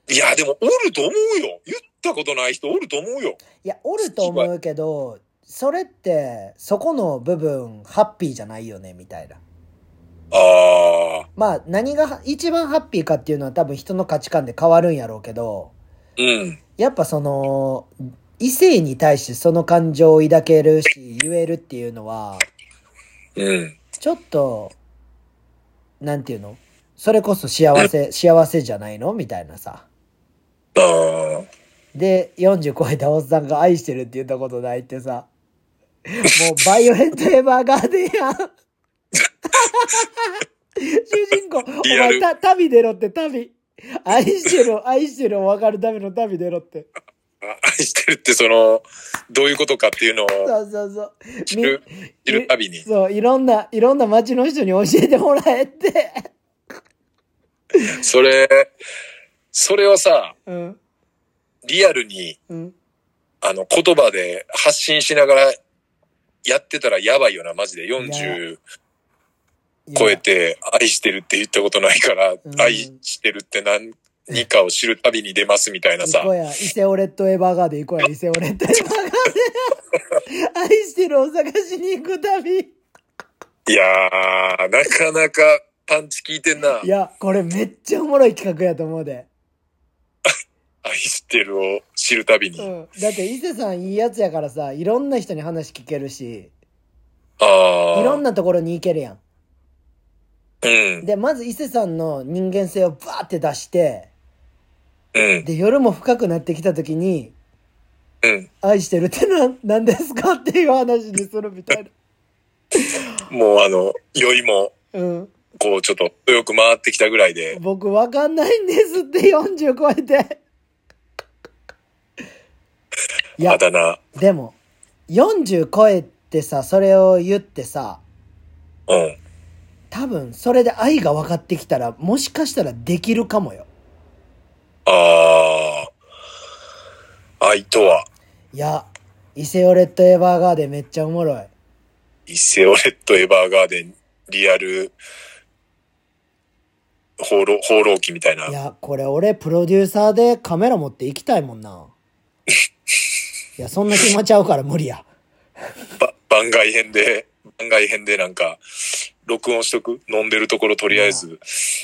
Speaker 1: ぁ
Speaker 2: いや、でも、おると思うよ。言ったことない人おると思うよ。
Speaker 1: いや、おると思うけど、それって、そこの部分、ハッピーじゃないよね、みたいな。
Speaker 2: ああ、
Speaker 1: まあ、何が一番ハッピーかっていうのは多分人の価値観で変わるんやろうけど、
Speaker 2: うん。
Speaker 1: やっぱその、異性に対してその感情を抱けるし、言えるっていうのは、
Speaker 2: うん。
Speaker 1: ちょっと、なんていうのそれこそ幸せ、幸せじゃないのみたいなさ。
Speaker 2: ああ、
Speaker 1: で、40超えたおっさんが愛してるって言ったことないってさ。もう、バイオレントエヴァーガーデン やん。主人公、お
Speaker 2: リア
Speaker 1: 前
Speaker 2: ル
Speaker 1: た、旅出ろって、旅。愛してる、愛してるを分かるための旅出ろって。
Speaker 2: 愛してるって、その、どういうことかっていうのを
Speaker 1: そうそうそう。
Speaker 2: 知
Speaker 1: み
Speaker 2: る、知るたびに。
Speaker 1: そう、いろんな、いろんな街の人に教えてもらえって。
Speaker 2: それ、それをさ、
Speaker 1: うん。
Speaker 2: リアルに、
Speaker 1: うん。
Speaker 2: あの、言葉で発信しながらやってたらやばいよな、マジで。40超えて愛してるって言ったことないから、
Speaker 1: ん
Speaker 2: 愛してるって何にかを知るたびに出ますみたいな
Speaker 1: 行
Speaker 2: さ
Speaker 1: こ。うや、イセオレットエヴァーガーデン行こうや、イセオレットエヴァーガーデ ン。愛してるを探しに行く旅。。
Speaker 2: いやー、なかなかパンチ効いてんない
Speaker 1: や、これめっちゃおもろい企画やと思うで。
Speaker 2: 愛してるを知るたびに。
Speaker 1: う
Speaker 2: あ
Speaker 1: ん。だって、伊勢さんいいやつやからさ、いろんな人に話聞けるし、いろん
Speaker 2: あ
Speaker 1: なところに行けるや
Speaker 2: ー。
Speaker 1: ん。で、まず伊勢さんの人間性をバーって出して、
Speaker 2: うん、うん、
Speaker 1: で、夜も深くなってきた時に、
Speaker 2: うん。
Speaker 1: 愛してるってな、何ですかっていう話にするみた いな。
Speaker 2: もうあの、酔いも、
Speaker 1: うん。
Speaker 2: こうちょっとよく回ってきたぐらいで。
Speaker 1: 僕わかんないんですって40超えて。いや
Speaker 2: あ、だな。
Speaker 1: でも、40超えてさ、それを言ってさ、
Speaker 2: うん。
Speaker 1: 多分それで愛が分かってきたら、もしかしたらできるかもよ。
Speaker 2: ああ。愛とは、
Speaker 1: いや、イセオレットエヴァーガーデンめっちゃおもろい。
Speaker 2: イセオレットエヴァーガーデン、リアル、放浪、放浪記みたいな。
Speaker 1: いや、これ俺プロデューサーでカメラ持って行きたいもんな。いや、そんな気持ちゃうから無理や。
Speaker 2: ば番外編で、番外編でなんか、録音しとく飲んでるところとりあえず。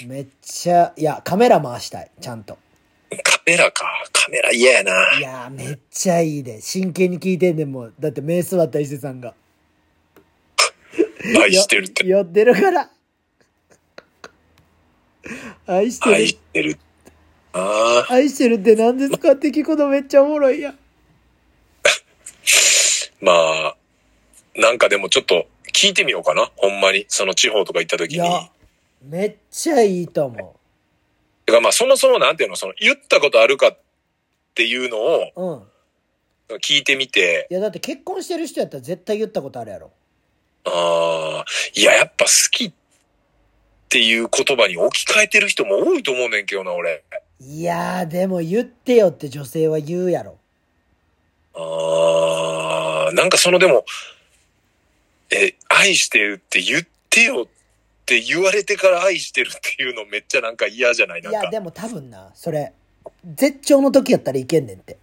Speaker 1: めっちゃ、いや、カメラ回したい、ちゃんと。
Speaker 2: カメラか。カメラ嫌やな。
Speaker 1: いやー、めっちゃいいで。真剣に聞いてんでもうだって目座った伊勢さんが。
Speaker 2: 愛してるって。
Speaker 1: よ酔ってるから。愛してる。
Speaker 2: 愛してる。ああ。
Speaker 1: 愛してるって何ですかって聞くのめっちゃおもろいやん。
Speaker 2: まあ、なんかでもちょっと聞いてみようかな。ほんまに。その地方とか行った時
Speaker 1: い
Speaker 2: に。
Speaker 1: や、めっちゃいいと思
Speaker 2: てかまあそもそもなんていうの、その言ったことあるかっていうのを
Speaker 1: うん。
Speaker 2: 聞いてみて、
Speaker 1: いや、だって結婚してる人やったら絶対言ったことあるやろ。
Speaker 2: ああ、いややっぱ好きっていう言葉に置き換えてる人も多いと思うねんけどな、俺。
Speaker 1: いやー、でも言ってよって女性は言うやろ。
Speaker 2: あーなんかそのでも、え、愛してるって言ってよって言われてから愛してるっていうのめっちゃなんか嫌じゃない
Speaker 1: い
Speaker 2: なんか。
Speaker 1: や、でも多分な、それ、絶頂の時やったらいけんねんって。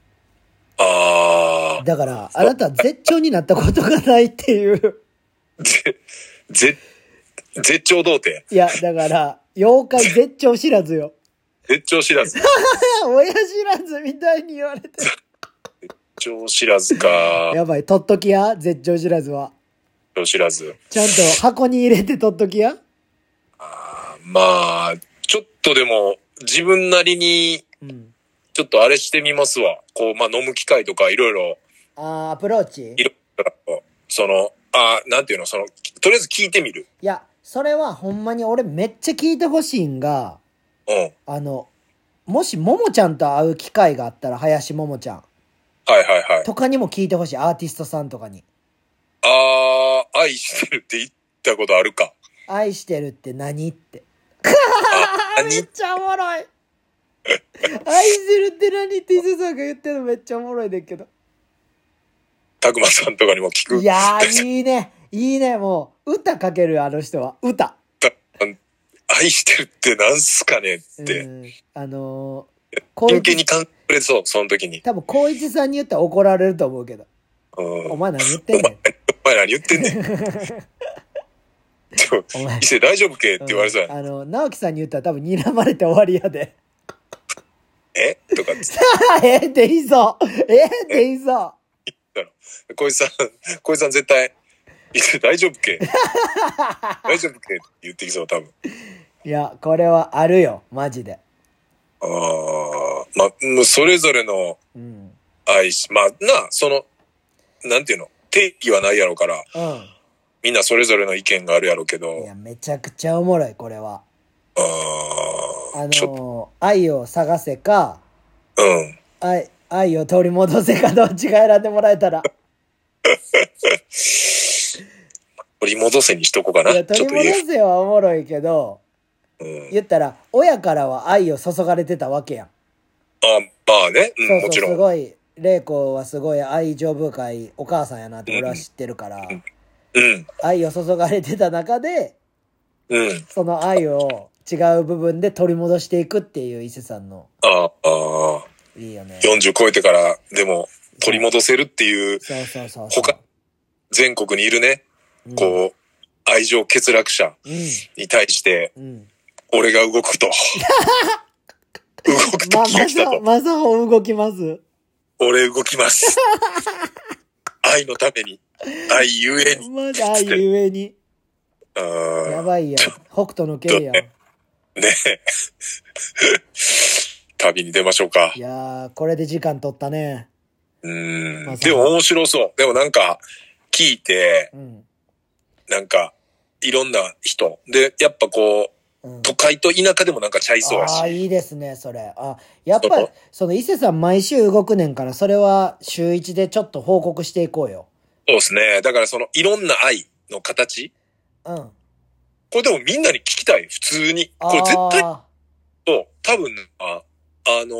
Speaker 2: ああ、
Speaker 1: だから、あなたは絶頂になったことがないっていう。
Speaker 2: ぜ、ぜ、絶頂童貞。
Speaker 1: いや、だから、妖怪絶頂知らずよ。
Speaker 2: 絶頂知らず。絶
Speaker 1: 親知らずみたいに言われてる。
Speaker 2: 頂知らずか。絶
Speaker 1: やばい、取っときや、絶頂知らずは。
Speaker 2: 頂知らず。
Speaker 1: ちゃんと箱に入れて取っときや。
Speaker 2: まあ、ちょっとでも、自分なりに、
Speaker 1: うん。
Speaker 2: ちょっとあれしてみますわ。こう、まあ飲む機会とかいろいろ、
Speaker 1: あー、アプローチ
Speaker 2: いろいろ、その、あーなんていうの、その、とりあえず聞いてみる。
Speaker 1: いや、それはほんまに俺めっちゃ聞いてほしいんが、
Speaker 2: うん。
Speaker 1: あの、もしももちゃんと会う機会があったら、林ももちゃん
Speaker 2: はいはいはい。
Speaker 1: とかにも聞いてほしい、アーティストさんとかに。
Speaker 2: あー、愛してるって言ったことあるか。
Speaker 1: 愛してるって何って。
Speaker 2: あ、
Speaker 1: めっ
Speaker 2: に、
Speaker 1: ちゃおもろい愛してるって何って伊勢さんが言ってるのめっちゃおもろいねんけど。
Speaker 2: たくまさんとかにも聞く。
Speaker 1: いやー、いいね。いいね、もう。歌かける、あの人は。歌。
Speaker 2: た愛してるってなんすかね
Speaker 1: う
Speaker 2: って。
Speaker 1: ん。あのー、こ
Speaker 2: 真
Speaker 1: い
Speaker 2: 剣に
Speaker 1: つ、
Speaker 2: 考えてそう、その時に。
Speaker 1: 多分、光一さんに言ったら怒られると思うけど。
Speaker 2: うん。
Speaker 1: お
Speaker 2: お
Speaker 1: 前何言ってんねん。
Speaker 2: 前何言ってんね ん。でも
Speaker 1: お前
Speaker 2: 伊勢大丈夫けって言われそうや
Speaker 1: うん
Speaker 2: な
Speaker 1: あの、直樹さんに言ったら多分睨まれて終わりやで。
Speaker 2: えとかっつっ
Speaker 1: ええって言いそう。ええって言いそう。
Speaker 2: たら、小石さん、小石さん絶対、 伊勢大丈夫け 大丈夫けって言ってきそう、多分。
Speaker 1: いや、これはあるよ。マジで。
Speaker 2: あー、まあ、もうそれぞれの、
Speaker 1: うん。うん。
Speaker 2: 愛し、まあな、その、なんていうの、定義はないやろうから、みんなそれぞれの意見があるやろうけ
Speaker 1: い
Speaker 2: ど、
Speaker 1: や、めちゃくちゃおもろい、これは。
Speaker 2: あ
Speaker 1: あ
Speaker 2: あ
Speaker 1: の
Speaker 2: ちょっ
Speaker 1: ー、愛を探せか、
Speaker 2: と、うん。
Speaker 1: 愛、愛を取り戻せかどっちが選んでもらえた ら。
Speaker 2: 取り戻せにしとこうか
Speaker 1: いや、
Speaker 2: な。ち
Speaker 1: 取
Speaker 2: ょ
Speaker 1: り
Speaker 2: っと言
Speaker 1: 戻
Speaker 2: え、
Speaker 1: せはおもろいけど、
Speaker 2: うん。
Speaker 1: 言ったら、親からは愛を注がれてたわけやん。
Speaker 2: あまあね、うん
Speaker 1: そうそ
Speaker 2: も
Speaker 1: う、
Speaker 2: ち
Speaker 1: す
Speaker 2: ろん。
Speaker 1: ごい、玲子はすごい愛情深いお母さんやなって俺は知ってるから、
Speaker 2: うん、
Speaker 1: 愛を注がれてた中で、
Speaker 2: うん。
Speaker 1: その愛を違う部分で取り戻していくっていう伊勢さんの、
Speaker 2: ああー、
Speaker 1: いいよね。
Speaker 2: 40超えてから、でも、取り戻せるっていう、
Speaker 1: そうそうそうそう。
Speaker 2: 他、全国にいるね、
Speaker 1: うん、
Speaker 2: こう、愛情欠落者に対して、
Speaker 1: うん。うん。
Speaker 2: 俺が動く と。動く
Speaker 1: ま
Speaker 2: と
Speaker 1: あ、
Speaker 2: 気が
Speaker 1: ま
Speaker 2: 来た
Speaker 1: さ
Speaker 2: と
Speaker 1: ほ、。まさほ動きます。
Speaker 2: 俺動 きます。愛のために。愛ゆえに。
Speaker 1: まだ愛ゆえに。
Speaker 2: う
Speaker 1: や
Speaker 2: ーん。
Speaker 1: ばいやん。北斗の剣やん。
Speaker 2: ね え。旅に出ましょうか
Speaker 1: い。やー、これで時間取ったね。
Speaker 2: うー
Speaker 1: ま
Speaker 2: ん。
Speaker 1: さか
Speaker 2: でも面白そう。でもなんか、聞いて、
Speaker 1: うん。
Speaker 2: なんか、いろんな人。で、やっぱこ
Speaker 1: うん
Speaker 2: う、都会と田舎でもなんかちゃいそうやし
Speaker 1: あ。あ、いいですね、それ。あ、やっぱ
Speaker 2: そ
Speaker 1: り
Speaker 2: こ、
Speaker 1: その伊勢さん毎週動くねんから、それは週一でちょっと報告していこうよ。
Speaker 2: そうですね。だからその、いろんな愛の形。
Speaker 1: うん。
Speaker 2: これでもみんなに聞きたい。普通に。これ絶対
Speaker 1: あ
Speaker 2: と、多分、ああの、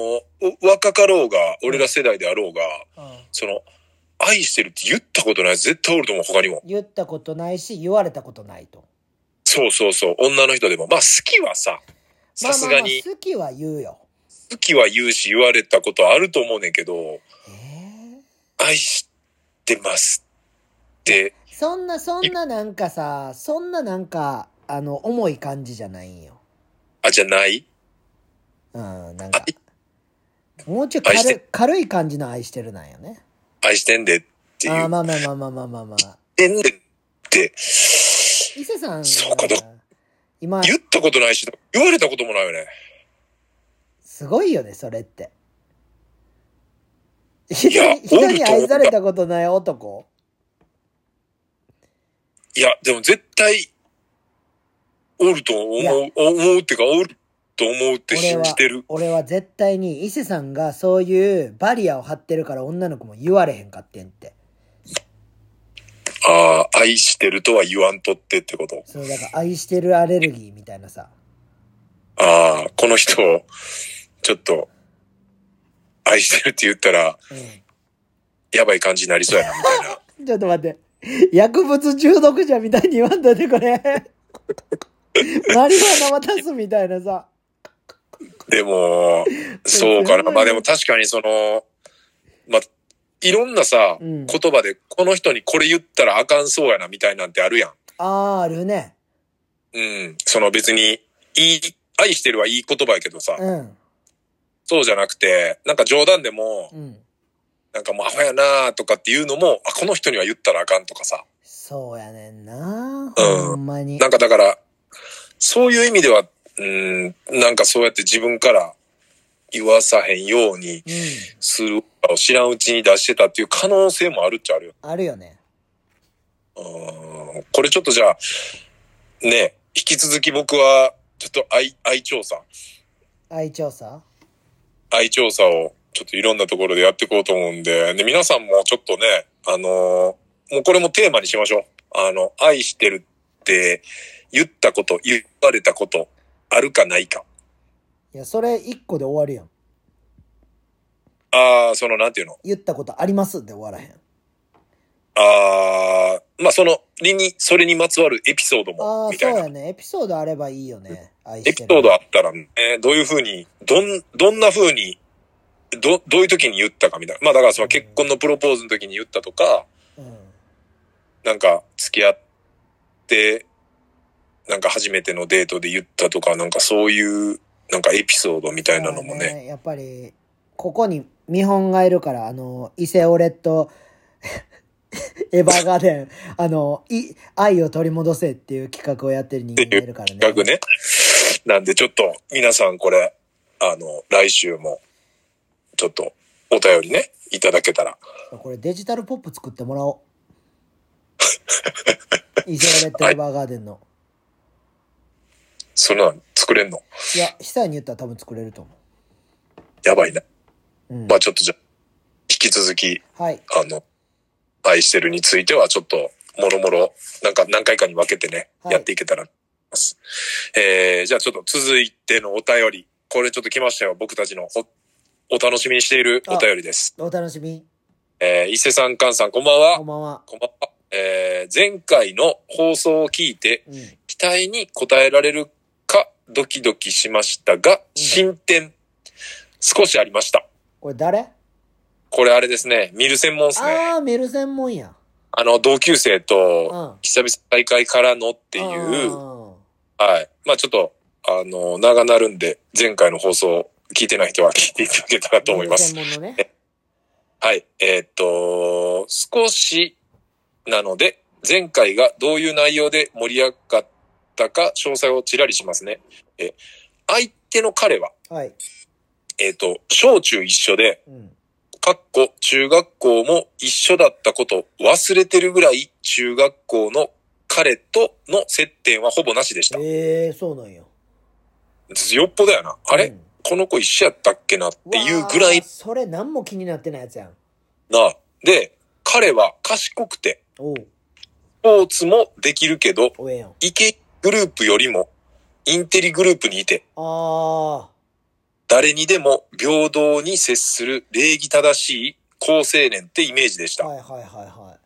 Speaker 2: お若かろうが、俺ら世代であろうが、
Speaker 1: あ、うん
Speaker 2: その、愛してるって言ったことない。絶対おると思う、他にも。
Speaker 1: 言ったことないし、言われたことないと。
Speaker 2: そうそうそう。女の人でも。まあ、好きはさ、
Speaker 1: まあ
Speaker 2: さ
Speaker 1: まあ
Speaker 2: す
Speaker 1: ま
Speaker 2: が
Speaker 1: あ
Speaker 2: に、
Speaker 1: 好きは言うよ。
Speaker 2: 好きは言うし、言われたことあると思うねんけど、
Speaker 1: ええ
Speaker 2: 愛してますって、
Speaker 1: そんな、そんななんかさ、そんななんか、あの、重い感じじゃないんよ。
Speaker 2: あ、じゃない
Speaker 1: うん、なんか。もうちょい軽
Speaker 2: 愛して
Speaker 1: い軽い感じの愛してるなんよね。
Speaker 2: 愛してんでっていう。
Speaker 1: ああ、まあまあまあまあまあまあまあ。
Speaker 2: 愛してんでって、
Speaker 1: 伊勢さんは、
Speaker 2: そうかど
Speaker 1: 今、
Speaker 2: 言ったことないし、言われたこともないよね。
Speaker 1: すごいよね、それって。 人
Speaker 2: いや
Speaker 1: に人
Speaker 2: おる
Speaker 1: に
Speaker 2: と
Speaker 1: 愛されたことない男
Speaker 2: いや、でも絶対、おると思う、思うっていうか、おると思うって信じてる。
Speaker 1: 俺は絶対に伊勢さんがそういうバリアを張ってるから女の子も言われへんかってんって
Speaker 2: ああ、愛してるとは言わんとってってこと。
Speaker 1: そのだから愛してるアレルギーみたいなさ
Speaker 2: ああ、この人を、ちょっと、愛してるって言ったら、
Speaker 1: う
Speaker 2: やばい感じになりそうやな、みたい な。
Speaker 1: んちょっと待って薬物中毒者みたいに言わんといてこれマリファナ渡すみたいなさ
Speaker 2: でも、そうかな。まあでも確かにその、まあ、いろんなさ、
Speaker 1: うん
Speaker 2: 言葉で、この人にこれ言ったらあかんそうやな、みたいなんてあるやん。
Speaker 1: あーあるね
Speaker 2: うん。その別に、いい、愛してるはいい言葉やけどさ、
Speaker 1: うん
Speaker 2: そうじゃなくて、なんか冗談でも、
Speaker 1: うん
Speaker 2: なんかもうアホやなとかっていうのも、あ、この人には言ったらあかんとかさ。
Speaker 1: そうやねんな
Speaker 2: うん
Speaker 1: ほんまに
Speaker 2: なんかだから、そういう意味では、うん、なんかそうやって自分から言わさへんように
Speaker 1: うん
Speaker 2: するを知らんうちに出してたっていう可能性もあるっちゃあるよ。
Speaker 1: あるよね
Speaker 2: うんこれちょっとじゃあ、ね、引き続き僕は、ちょっと愛、愛調査、
Speaker 1: 愛調査
Speaker 2: 愛調査を、ちょっといろんなところでやっていこうと思うんで、で、皆さんもちょっとね、あのーもうこれもテーマにしましょう。あの、愛してるって言ったこと、言われたこと、あるかないか。
Speaker 1: いやそれ一個で終わるやん
Speaker 2: ああ、その、なんていうの
Speaker 1: 言ったことありますで終わらへん
Speaker 2: ああ、まあ、その、理に、それにまつわるエピソード
Speaker 1: あ
Speaker 2: も、
Speaker 1: あ
Speaker 2: み
Speaker 1: そ
Speaker 2: たいうな
Speaker 1: や。ねエピソードあればいいよね愛して
Speaker 2: エ
Speaker 1: る
Speaker 2: ピソードあったらね、どういうふうに、どん、どんなふうに、ど、どういう時に言ったかみたいな。まあ、だからその結婚のプロポーズの時に言ったとか、
Speaker 1: うん
Speaker 2: なんか、付き合って、なんか初めてのデートで言ったとか、なんかそういう、なんかエピソードみたいなのも
Speaker 1: だから
Speaker 2: ね。
Speaker 1: やっぱりここに見本がいるからあの伊勢オレと エヴァーガーデンあのい愛を取り戻せっていう企画をやってる人間がいるからね
Speaker 2: 企画ね。なんでちょっと、皆さんこれ、あの、来週も、ちょっと、お便りね、いただけたら。
Speaker 1: これデジタルポップ作ってもらおう 伊勢オレとエヴァーガーデンの、
Speaker 2: そんなん作れんの
Speaker 1: い、や久に言ったら多分作れると思
Speaker 2: やばいな。
Speaker 1: う、うん
Speaker 2: まあちょっとじゃあ引き続き、
Speaker 1: はい
Speaker 2: あの、愛してるについてはちょっと、もろもろ、なんか何回かに分けてね、
Speaker 1: はい
Speaker 2: やっていけたらと思います。えー、じゃあちょっと続いてのお便り。これちょっと来ましたよ。僕たちのお、お楽しみにしているお便りです。
Speaker 1: お楽しみ
Speaker 2: えー、伊勢さん、菅さん、こんばん
Speaker 1: こ
Speaker 2: は
Speaker 1: ん。ばんは、
Speaker 2: こんばんは。えー、前回の放送を聞いて、
Speaker 1: うん、
Speaker 2: 期待に応えられるか、ドキドキしましたが、進展、少しありました。
Speaker 1: これ誰
Speaker 2: これあれですね、見る専門ですね。
Speaker 1: ああ、メル専門や。
Speaker 2: あの、同級生
Speaker 1: う
Speaker 2: と、
Speaker 1: ん。っ
Speaker 2: 久々大会からのっ
Speaker 1: て
Speaker 2: ていう、はい。まあちょっと、あの、長なるんで、前回の放送、聞いてない人は聞いていただけたらと思います。
Speaker 1: メル専門のね。
Speaker 2: はい。えーっと、少しなので、前回がどういう内容で盛り上がったか、詳細をちらりしますね。え、相手の彼は、
Speaker 1: はい。
Speaker 2: えーっと、小中一緒で、
Speaker 1: うん。
Speaker 2: かっこ中学校も一緒だったこと忘れてるぐらい中学校の彼との接点はほぼなしでした。
Speaker 1: ええー、そうなんよ。
Speaker 2: よっぽだよな。あれ、
Speaker 1: うん
Speaker 2: この子一緒やったっけなっていうぐら
Speaker 1: わ
Speaker 2: い
Speaker 1: あそれ何も気になってないやつやん。
Speaker 2: な。で、彼は賢くて、
Speaker 1: おう、
Speaker 2: スポーツもできるけど、
Speaker 1: おええやん。
Speaker 2: イケグループよりもインテリグループにいて、
Speaker 1: ああ、
Speaker 2: 誰にでも平等に接する礼儀正しい高青年ってイメージでした。
Speaker 1: はいはいはいは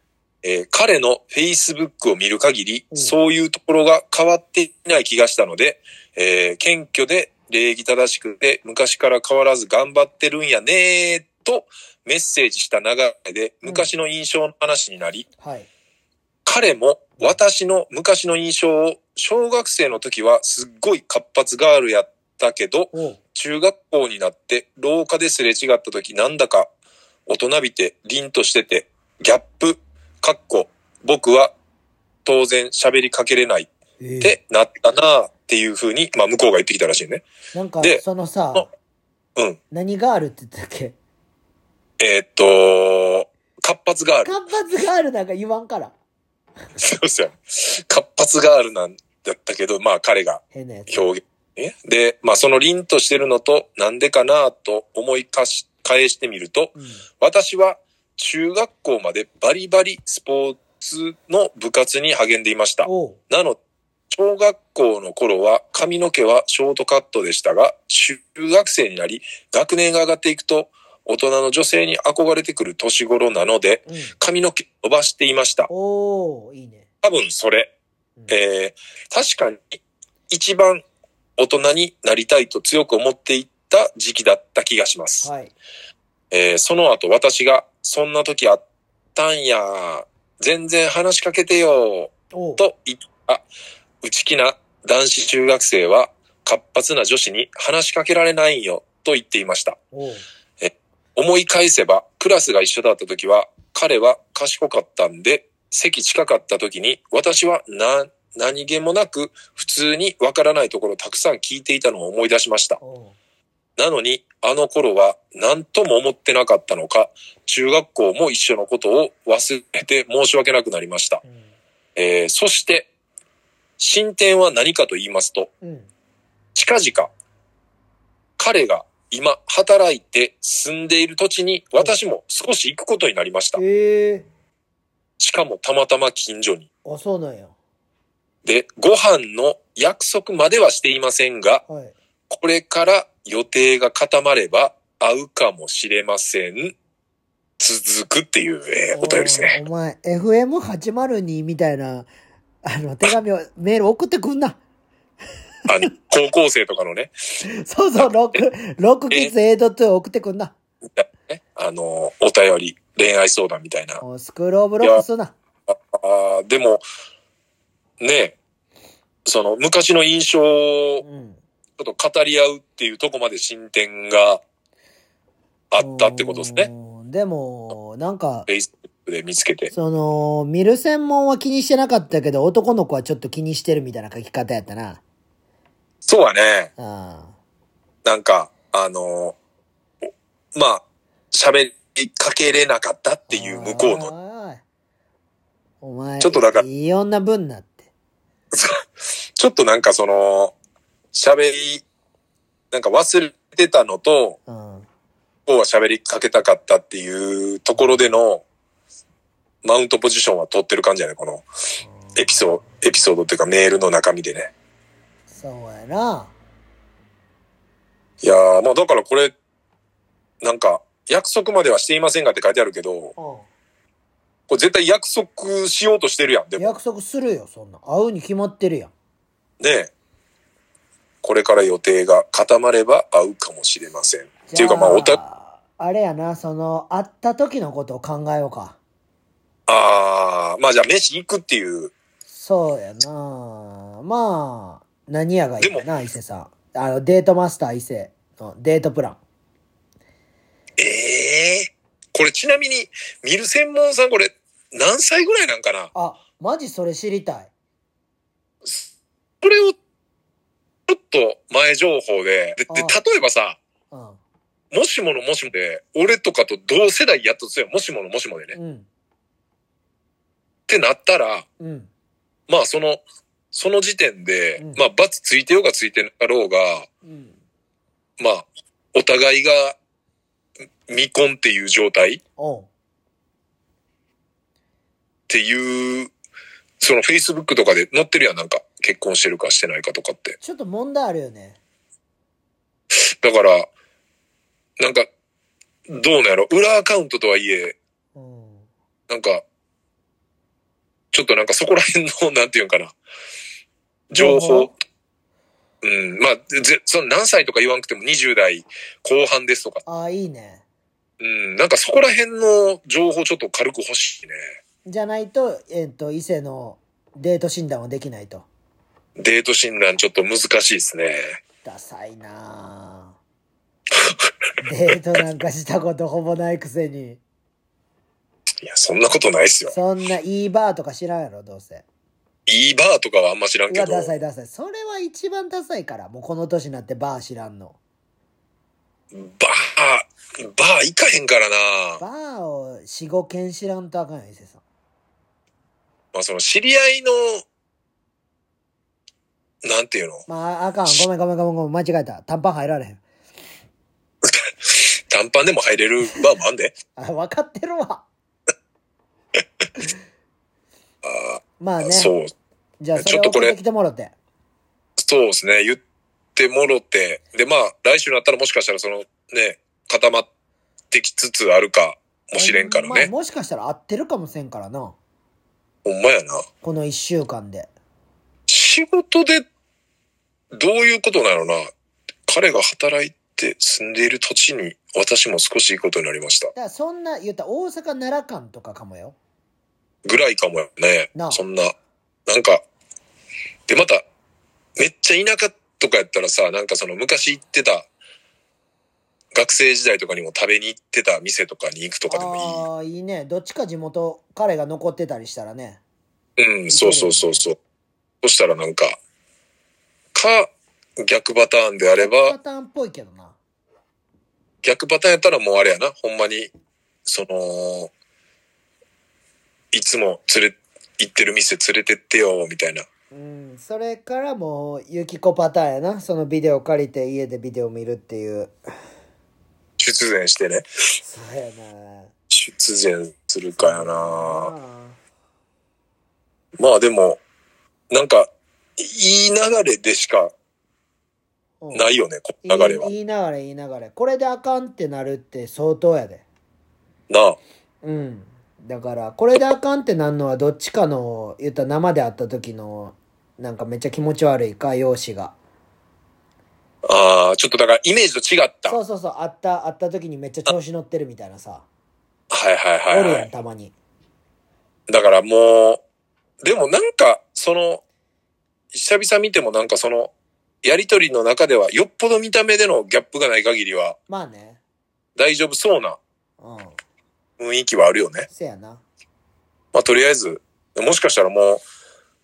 Speaker 2: えー彼の Facebook を見る限り、
Speaker 1: うん
Speaker 2: そういうところが変わっていない気がしたので、えー謙虚で礼儀正しくて昔から変わらず頑張ってるんやねーとメッセージした流れで
Speaker 1: うん
Speaker 2: 昔の印象の話になり、
Speaker 1: い。はい。
Speaker 2: 彼も私の昔の印象を小学生の時はすっごい活発ガールやったけど、
Speaker 1: おう、
Speaker 2: 中学校になって廊下ですれ違った時なんだか大人びて凛としててギャップ、かっこ、僕は当然喋りかけれない
Speaker 1: ええ
Speaker 2: ってなったなあっていう風に、まあ向こうが言ってきたらしいね。
Speaker 1: なんか、
Speaker 2: で
Speaker 1: そのさ、
Speaker 2: うん。
Speaker 1: 何ガールって言ってたっけ
Speaker 2: えーっと、活発ガール。
Speaker 1: 活発ガールなんか言わんから。
Speaker 2: そうですよ。活発ガールなんだったけど、まあ彼が
Speaker 1: 変なやつ。
Speaker 2: 表現えで、まあその凛としてるのと、なんでかなと思いかし返してみると、
Speaker 1: うん
Speaker 2: 私は中学校までバリバリスポーツの部活に励んでいました。
Speaker 1: おう
Speaker 2: なの、小学校の頃は髪の毛はショートカットでしたが、中学生になり、学年が上がっていくと、大人の女性に憧れてくる年頃なので、
Speaker 1: うん、
Speaker 2: 髪の毛伸ばしていました。
Speaker 1: おういいね。
Speaker 2: 多分それ。
Speaker 1: うん
Speaker 2: えー確かに一番大人になりたいと強く思っていった時期だった気がします。
Speaker 1: はい。
Speaker 2: えーその後私が、そんな時あったんや、全然話しかけてよ、
Speaker 1: おう
Speaker 2: と言った内気な男子中学生は活発な女子に話しかけられないんよ、と言っていました。
Speaker 1: おう
Speaker 2: 思い返せば、クラスが一緒だった時は、彼は賢かったんで、席近かった時に、私はな、何気もなく、普通にわからないところをたくさん聞いていたのを思い出しました。
Speaker 1: おう
Speaker 2: なのに、あの頃は何とも思ってなかったのか、中学校も一緒のことを忘れて申し訳なくなりました。
Speaker 1: うん
Speaker 2: えーそして、進展は何かと言いますと、
Speaker 1: うん。
Speaker 2: 近々、彼が今働いて住んでいる土地に私も少し行くことになりました。
Speaker 1: ええ
Speaker 2: しかもたまたま近所に。
Speaker 1: あ、そうなんや。
Speaker 2: で、ご飯の約束まではしていませんが、
Speaker 1: はい。
Speaker 2: これから予定が固まれば会うかもしれません。続くっていう、えー お便りですね。
Speaker 1: お前、FM802 みたいな、あの、手紙を、メール送ってくんな。
Speaker 2: あの、高校生とかのね、
Speaker 1: そうそう、ロック、ロックキッズエイド2送ってくんな。
Speaker 2: あの、お便り、恋愛相談みたいな。
Speaker 1: おスクールオブロックすな。
Speaker 2: あーでも、ねえ、その昔の印象を
Speaker 1: うん。
Speaker 2: ちょっと語り合うっていうとこまで進展があったってことですね。
Speaker 1: うん。でも、なんか
Speaker 2: フ、ェイスブックで見つけて。
Speaker 1: その、見る専門は気にしてなかったけど、男の子はちょっと気にしてるみたいな書き方やったな。
Speaker 2: そうはね、
Speaker 1: あ
Speaker 2: なんか、あの、おまあ、喋りかけれなかったっていう向こうの、
Speaker 1: の。お前、
Speaker 2: ちょっとだから
Speaker 1: いい女分なって。
Speaker 2: ちょっとなんかその、喋り、なんか忘れてたのと、
Speaker 1: うん。
Speaker 2: こうは喋りかけたかったっていうところでの、マウントポジションは取ってる感じやね、このエピソード、エピソードっていうかメールの中身でね。
Speaker 1: そうやな。
Speaker 2: いやー、まあだからこれ、なんか、約束まではしていませんがって書いてあるけど、
Speaker 1: うん。
Speaker 2: これ絶対約束しようとしてるやん。でも、
Speaker 1: 約束するよ、そんな。会うに決まってるやん。
Speaker 2: ねえこれから予定が固まれば会うかもしれません。っていうか、まあ、お
Speaker 1: じゃ
Speaker 2: た、
Speaker 1: ああれやな、その、会った時のことを考えようか。
Speaker 2: あー、まあじゃあ飯行くっていう、
Speaker 1: そうやな。まあ、何やがいいかな、伊勢さん。あの、デートマスター伊勢のデートプラン。
Speaker 2: ええこれちなみに、見る専門さんこれ、何歳ぐらいなんかな
Speaker 1: あ、マジそれ知りたい。
Speaker 2: これを、ちょっと前情報で、で、で
Speaker 1: あ
Speaker 2: 例えばさ、
Speaker 1: うん。
Speaker 2: もしものもしもで、俺とかと同世代やっとすよ。もしものもしもでね。っ
Speaker 1: うん。
Speaker 2: てなったら、
Speaker 1: うん。
Speaker 2: まあその、その時点で、
Speaker 1: うん
Speaker 2: まあ罰ついてようがついてなかろうが、
Speaker 1: うん。
Speaker 2: まあ、お互いが未婚っていう状態っ
Speaker 1: おう。
Speaker 2: ていう、その Facebook とかで載ってるやん、なんか。結婚してるかしてないかとかって。
Speaker 1: ちょっと問題あるよね。
Speaker 2: だから、なんか、どうなんやろ裏アカウントとはいえ、
Speaker 1: うん。
Speaker 2: なんか、ちょっとなんかそこら辺の、なんていうんかな、情
Speaker 1: 情
Speaker 2: 報。うん、まあ、ぜその何歳とか言わなくても20代後半ですとか、
Speaker 1: あ、いいね。
Speaker 2: うん、なんかそこら辺の情報ちょっと軽く欲しいね。
Speaker 1: じゃないと、えっ、と、伊勢のデート診断はできないと。
Speaker 2: デート診断ちょっと難しいですね。
Speaker 1: ダサいなぁ デートなんかしたことほぼないくせに。
Speaker 2: いや、そんなことないっすよ。
Speaker 1: そんないいバーとか知らんやろ、どうせ。
Speaker 2: いいバーとかはあんま知らん
Speaker 1: う
Speaker 2: け
Speaker 1: わ、
Speaker 2: ど、
Speaker 1: ダサいダサい。それは一番ダサいから、もうこの年になってバー知らんの。
Speaker 2: バー、バー行かへんからな。
Speaker 1: バーを4、5軒知らんとあかんよ、伊勢さん。
Speaker 2: まあその知り合いの、なんていうの
Speaker 1: まあ、あかん。ごめんごめんごめんごめん。間違えた。短パン入られへん。
Speaker 2: 短パンでも入れるバーもあんで。
Speaker 1: あ、分かってるわ。
Speaker 2: あ
Speaker 1: まあ
Speaker 2: あ、
Speaker 1: ね。
Speaker 2: そう。
Speaker 1: じゃあ、そ
Speaker 2: ち
Speaker 1: れ
Speaker 2: ょ
Speaker 1: を
Speaker 2: っとこ
Speaker 1: 送
Speaker 2: れ
Speaker 1: ってきてもらって。
Speaker 2: そうですね。言ってもろて。で、まあ、来週になったらもしかしたらそのね、固まってきつつあるかもしれんから
Speaker 1: まあ
Speaker 2: ね。
Speaker 1: もしかしたら合ってるかもしれんからな。
Speaker 2: ほんまやな。
Speaker 1: この一週間で。
Speaker 2: 仕事で、どういうことなのな。彼が働いて住んでいる土地に私も少しいいことになりました。
Speaker 1: だからそんな、言ったら大阪奈良間とかかもよ。
Speaker 2: ぐらいかもよね
Speaker 1: なあ。
Speaker 2: そんな。なんか、で、また、めっちゃ田舎とかやったらさ、なんかその昔行ってた、学生時代とかにも食べに行ってた店とかに行くとかでも
Speaker 1: ああ、いいね。どっちか地元、彼が残ってたりしたらね。
Speaker 2: いい。うん、そうそうそうそう。そしたらなんか、か、逆パターンであれ
Speaker 1: パ
Speaker 2: ば、
Speaker 1: ターンっぽいけどな。
Speaker 2: 逆パターンやったらもうあれやな、ほんまに、その、いつも連れ、行ってる店連れてってよ、みたいな。
Speaker 1: うん、それからもう、ゆきこパターンやな。そのビデオ借りて家でビデオ見るっていう。
Speaker 2: 出前してね。
Speaker 1: そうやな。
Speaker 2: 出前するかやな
Speaker 1: あ
Speaker 2: まあでも、なんか、いい流れでしか
Speaker 1: ー。うん
Speaker 2: ないよね、この流れは。
Speaker 1: いいいい流れ、いい流れ。これであかんってなるって相当やで。
Speaker 2: なあ。
Speaker 1: うん。だから、これであかんってなんのは、どっちかの、言ったら生で会った時の、なんかめっちゃ気持ち悪いか、容姿が。
Speaker 2: ああ、ちょっとだからイメージと違った。
Speaker 1: そ
Speaker 2: は
Speaker 1: うそうそう、会った、会った時にめっちゃ調子乗ってるみたいなさ。
Speaker 2: いはい
Speaker 1: お
Speaker 2: はい、
Speaker 1: る
Speaker 2: は
Speaker 1: やん、
Speaker 2: い。
Speaker 1: たまに。
Speaker 2: だからもう、でもなんか、その、久々見てもなんかその、やりとりの中では、よっぽど見た目でのギャップがない限りは、
Speaker 1: まあね。
Speaker 2: 大丈夫そうな
Speaker 1: うん。
Speaker 2: 雰囲気はあるよね。
Speaker 1: せやな。
Speaker 2: まあとりあえず、もしかしたらもう、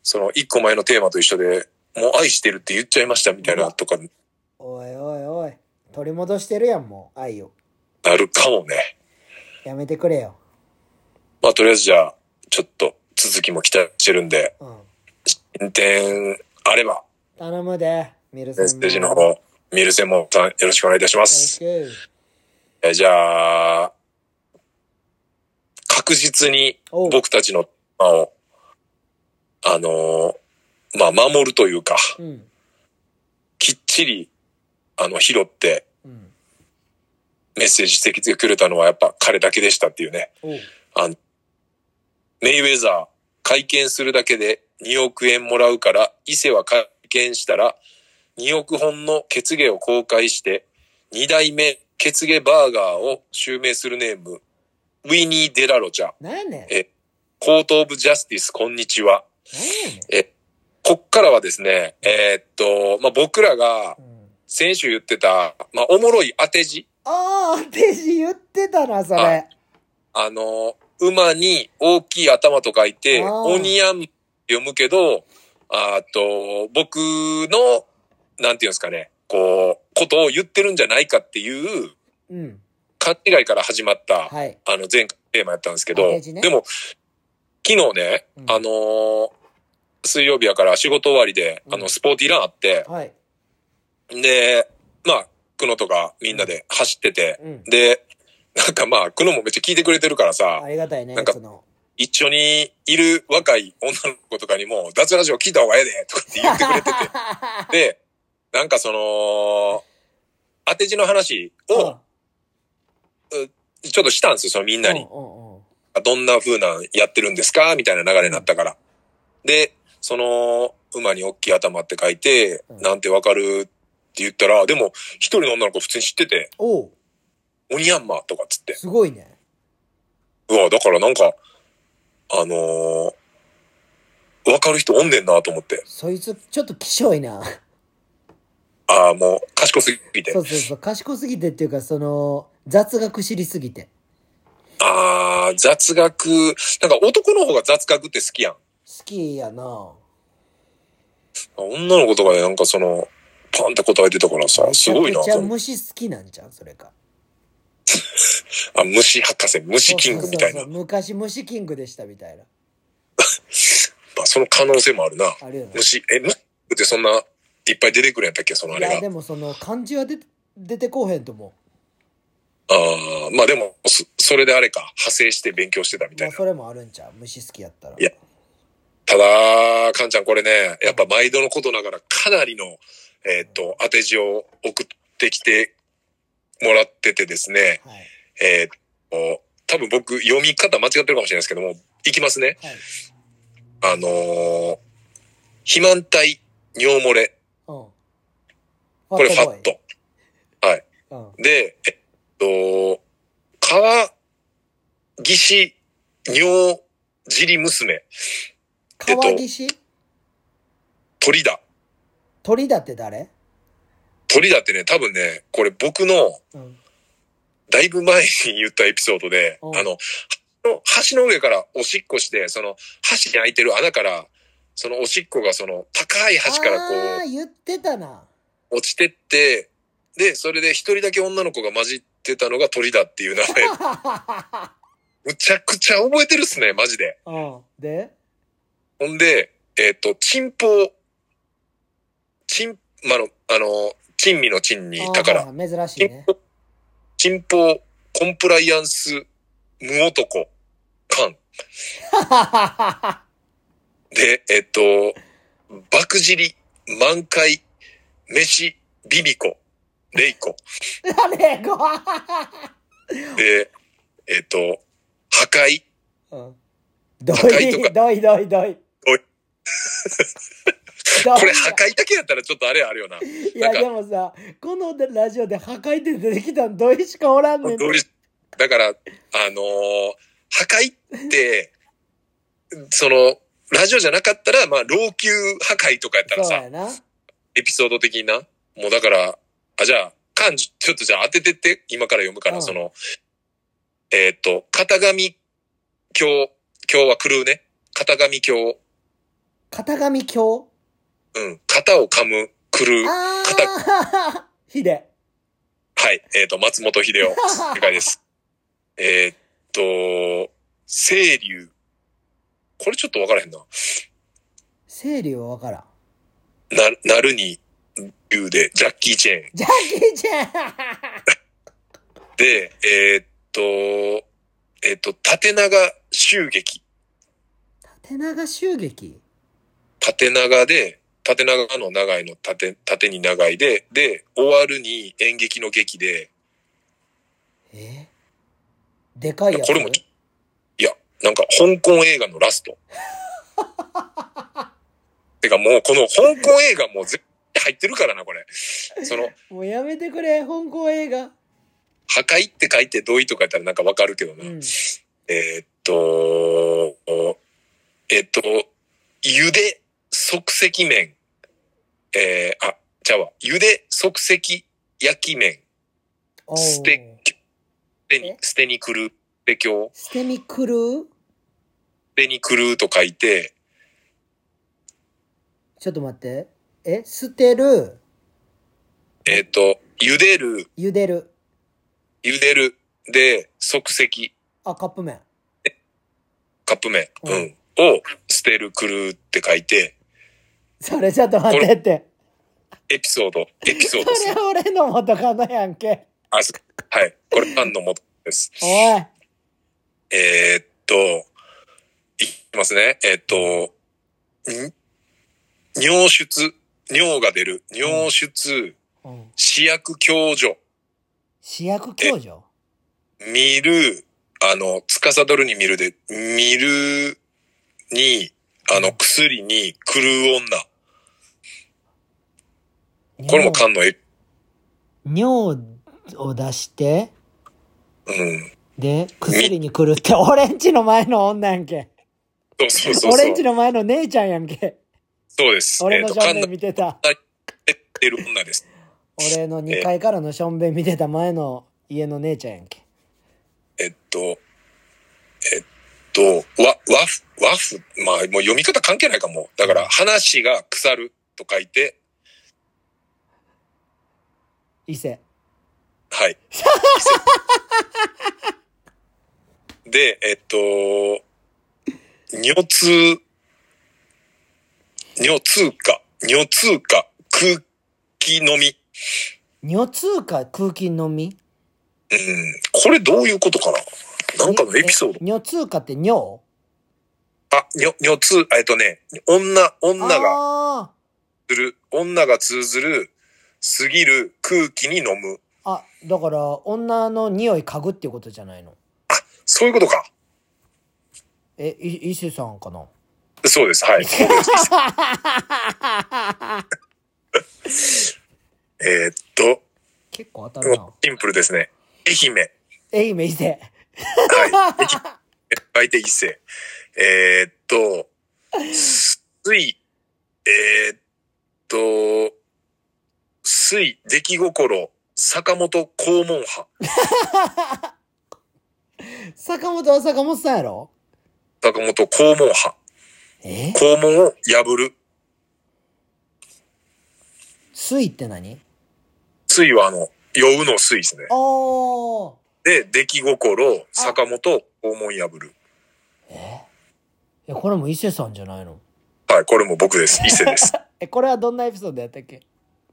Speaker 2: その、一個前のテーマと一緒で、もう愛してるって言っちゃいましたみたいなとか、
Speaker 1: おいおいおい。取り戻してるやん、もう。愛を。
Speaker 2: なるかもね。
Speaker 1: やめてくれよ。
Speaker 2: まあ、とりあえずじゃあ、ちょっと続きも期待してるんで、
Speaker 1: うん。
Speaker 2: 進展あれば、
Speaker 1: 頼むで、ミルさ
Speaker 2: メ
Speaker 1: ん
Speaker 2: ッ
Speaker 1: も。
Speaker 2: セージの方、ミルセもたよろしくお願いいたしま
Speaker 1: よろし
Speaker 2: す。
Speaker 1: く。
Speaker 2: えじゃあ、確実に
Speaker 1: おう。
Speaker 2: 僕たちのテーマを、あのーまあ、守るというか、
Speaker 1: うん。
Speaker 2: きっちり、あの、拾って、
Speaker 1: うん。
Speaker 2: メッセージしてきてくれたのはやっぱ彼だけでしたっていうね。
Speaker 1: おう。
Speaker 2: あの、メイウェザー、会見するだけで2億円もらうから、伊勢は会見したら、2億本の血芸を公開して、2代目血芸バーガーを襲名するネーム、ウィニー・デラロちゃん、
Speaker 1: なんやねん。
Speaker 2: えコート・オブ・ジャスティス、こんにちは。
Speaker 1: なんやね
Speaker 2: え、こっからはですね、えーっと、まあ、僕らが
Speaker 1: ん。うん。
Speaker 2: 先週言ってた、まあ、おもろい当て字、
Speaker 1: ああ、私言ってたな、そ
Speaker 2: は
Speaker 1: れ
Speaker 2: い。あの、馬に大きい頭と書いて、
Speaker 1: あー
Speaker 2: オニヤン読むけど、あと、僕の、なんていうんですかね、こう、ことを言ってるんじゃないかっていう、
Speaker 1: うん。
Speaker 2: 勘違いから始まった、
Speaker 1: はい。
Speaker 2: あの、前回テーマやったんですけ
Speaker 1: あ
Speaker 2: ど、
Speaker 1: ページね
Speaker 2: でも、昨日ね、
Speaker 1: うん
Speaker 2: あのー水曜日やから仕事終わりで、
Speaker 1: うん
Speaker 2: あの、スポーティーランあって、
Speaker 1: はい。
Speaker 2: で、まあ、久野とかみんなで走ってて、
Speaker 1: うん。
Speaker 2: で、なんかまあ、久野もめっちゃ聞いてくれてるからさ、
Speaker 1: ありがたいね
Speaker 2: なん、か
Speaker 1: その。
Speaker 2: 一緒にいる若い女の子とかにも、脱ラジオ聞いた方がええでとかって言って くれてて、で、なんかその、当て字の話をちょっとしたんですよ、そのみんなに。
Speaker 1: うんうんうん
Speaker 2: どんな風なんやってるんですかみたいな流れになったから。で、その、馬に大きい頭って書いて、
Speaker 1: うん
Speaker 2: なんてわかるって言ったら、でも、一人の女の子普通に知ってて、
Speaker 1: おう
Speaker 2: オニヤンマーとかっつって。
Speaker 1: すごいね。
Speaker 2: うわ、だからなんか、あのーわかる人おんねんなと思って。
Speaker 1: そいつ、ちょっときしょいな。
Speaker 2: ああ、もう、賢すぎて
Speaker 1: そ。うそうそう。賢すぎてっていうか、その、雑学知りすぎて。
Speaker 2: ああ、雑学。なんか男の方が雑学って好きやん。
Speaker 1: 好きやな。
Speaker 2: 女の子とかでなんかその、パンって答えてたからさ、すごいな
Speaker 1: めちゃくち
Speaker 2: と
Speaker 1: ゃ
Speaker 2: 思って。
Speaker 1: 虫好きなんじゃん、それか。
Speaker 2: あ、虫博士、虫キングみたい
Speaker 1: そう
Speaker 2: な。
Speaker 1: そうそう昔虫キングでしたみたいな。
Speaker 2: まあ、その可能性もあるな。
Speaker 1: あるよね。
Speaker 2: 虫、え、むってそんないっぱい出てくるんやったっけ、そのあ
Speaker 1: い
Speaker 2: れ
Speaker 1: や、
Speaker 2: が
Speaker 1: で。もその漢字は出て出てこうへんと思
Speaker 2: ああ、まあでも、そそれであれか、派生して勉強してたみ
Speaker 1: う。
Speaker 2: た
Speaker 1: ま
Speaker 2: い
Speaker 1: あ、
Speaker 2: な。
Speaker 1: それもあるんちゃう虫好きやったら。
Speaker 2: いやただ、かんちゃんこれね、やっぱ毎度のことながらかなりの、えーっと、当て字を送ってきてもらっててですね、
Speaker 1: はい。
Speaker 2: えーっと、多分僕読み方間違ってるかもしれないですけども、いきますね。
Speaker 1: はい。
Speaker 2: あのー、肥満体、尿漏れ、
Speaker 1: うん。
Speaker 2: こ
Speaker 1: こ
Speaker 2: れファッ。ト。はい。
Speaker 1: うん。
Speaker 2: で、えっと、川岸尿尻娘、
Speaker 1: 川岸
Speaker 2: 鳥だ。
Speaker 1: 鳥だって誰
Speaker 2: 鳥だってね、多分ね、これ僕の
Speaker 1: うん。
Speaker 2: だいぶ前に言ったエピソードで、
Speaker 1: うん
Speaker 2: あの、の橋の上からおしっこして、その橋に開いてる穴から、そのおしっこがその高い橋からこ
Speaker 1: ああ、言ってた な。
Speaker 2: う落ちてって、で、それで一人だけ女の子が混じってたのが鳥だっていう名前。むちゃくちゃ覚えてるっすね、マジで。
Speaker 1: うん。で
Speaker 2: ほんで、えっ、と、チンポ、チン、まあの、あの、珍味の珍に
Speaker 1: あ
Speaker 2: 宝。
Speaker 1: ー珍しい
Speaker 2: チン
Speaker 1: ね。
Speaker 2: ポ、チンポ、コンプライアンス、無男、官。で、えっ、と、爆尻、満開、飯、ビビコ、レイコ。
Speaker 1: 誰が
Speaker 2: で、えっ、と、破壊、
Speaker 1: うん。ど
Speaker 2: 高いと
Speaker 1: い
Speaker 2: か、
Speaker 1: どいどいどい。
Speaker 2: おい
Speaker 1: どい
Speaker 2: これ破壊だけやったらちょっとあれあるよな。
Speaker 1: いや、
Speaker 2: なんか
Speaker 1: でもさ、このラジオで破壊って出てきたのどいしかおらんねんて。
Speaker 2: どれだから、あのー破壊って、その、ラジオじゃなかったら、まあ、老朽破壊とかやったら
Speaker 1: そう
Speaker 2: さ
Speaker 1: や、な。
Speaker 2: エピソード的にな。もうだから、あ、じゃあ、漢字、ちょっとじゃあ当ててって、今から読むから、
Speaker 1: うん
Speaker 2: その、えーっ、と、片上教、教は狂うね。片上教、
Speaker 1: 片上京
Speaker 2: うん、型を噛む、狂う。
Speaker 1: ああひで。
Speaker 2: はい、えーっ、と、松本秀夫、正解です。えーっと、清流。これちょっとわからへんな。
Speaker 1: 整理はわからん。
Speaker 2: な、なるに、竜で、ジャッキー・チェーン。
Speaker 1: ジャッキーちゃん
Speaker 2: で、えーっと、えーっと、縦長襲撃。
Speaker 1: 縦長襲撃
Speaker 2: 縦長で、縦長の長いの縦、縦に長いで、で、終わるに演劇の劇で、
Speaker 1: えでかいやつ
Speaker 2: これもいや、なんか香港映画のラスト。 てかもうこの香港映画もう絶対入ってるからな、これ。その、
Speaker 1: もうやめてくれ、香港映画。
Speaker 2: 破壊って書いて同意とかやったらなんかわかるけどな。
Speaker 1: うん。
Speaker 2: えーっと、えーっと、ゆで即席麺。えー、あ、ちゃうわ。ゆで即席焼き麺。
Speaker 1: おう
Speaker 2: ステッキ。捨てに
Speaker 1: え、
Speaker 2: 捨てにくる。で今日、
Speaker 1: 捨てに来る
Speaker 2: 捨てにくると書いて、
Speaker 1: ちょっと待って。え捨てる、
Speaker 2: えーっと、ゆでる、
Speaker 1: 茹でる。
Speaker 2: ゆでる、で、即席、
Speaker 1: あ、カップ麺。
Speaker 2: カップ麺、
Speaker 1: う
Speaker 2: うんん、を捨てるくるって書いて、
Speaker 1: それちょっと待ってって。
Speaker 2: エピソード、エピソードです
Speaker 1: それ俺の元カノやんけ。
Speaker 2: あ、すはい。これファンのもとです。
Speaker 1: おい。
Speaker 2: えーっと、いきますね。えーっと、ん尿出、尿が出る、尿出、
Speaker 1: うん、
Speaker 2: 試薬共助、
Speaker 1: 主役教授
Speaker 2: 見る、あの、つかさどるに見るで、見るに、あの、薬に狂う女。これも缶のエピ、
Speaker 1: 尿を出して、
Speaker 2: うん。
Speaker 1: で、薬に来るって、俺んちの前の女やんけ。
Speaker 2: そうそうそうそ
Speaker 1: 俺。
Speaker 2: うん
Speaker 1: ちの前の姉ちゃんやんけ。
Speaker 2: そうです。
Speaker 1: 俺の
Speaker 2: えーっ
Speaker 1: シ
Speaker 2: と、
Speaker 1: ョン
Speaker 2: 缶
Speaker 1: ベ
Speaker 2: の
Speaker 1: ン見てた。
Speaker 2: 出てる女です。
Speaker 1: 俺の2階からのションベン見てた前の家の姉ちゃんやんけ。
Speaker 2: えっと、えっと、わ、わふ、わふ、まあもう読み方関係ないかも。だから、話が腐ると書いて、
Speaker 1: 伊勢。
Speaker 2: はい。 で、えっと、尿通、尿通過、女通貨、空気飲み。
Speaker 1: 尿通貨空気飲み
Speaker 2: うん。これどういうことかななんかのエピソード。
Speaker 1: え尿通貨って尿
Speaker 2: あ、女、女通、えっとね、女、女が
Speaker 1: あ
Speaker 2: する、女が通ずる、すぎる空気に飲む。
Speaker 1: ーあ、だから、女の匂い嗅ぐっていうことじゃないの。
Speaker 2: そういうことか。
Speaker 1: え、い伊勢さんかな
Speaker 2: そうです。はい。 えーっと、
Speaker 1: 結構当たるな。
Speaker 2: シンプルですね。愛媛。
Speaker 1: 愛媛伊 勢。
Speaker 2: はい。相手一世。えーっと、水、えーっと、水、出来心、坂本黄門派。
Speaker 1: 坂本は坂本さんやろ
Speaker 2: 坂本黄門派。
Speaker 1: え
Speaker 2: 黄門を破る。
Speaker 1: 水って何
Speaker 2: 水はあの、酔うの水ですね。
Speaker 1: あー。
Speaker 2: で、出来心、坂本黄門破る。
Speaker 1: え、これも伊勢さんじゃないの
Speaker 2: はい、これも僕です。伊勢 です。
Speaker 1: え、これはどんなエピソードやったっけ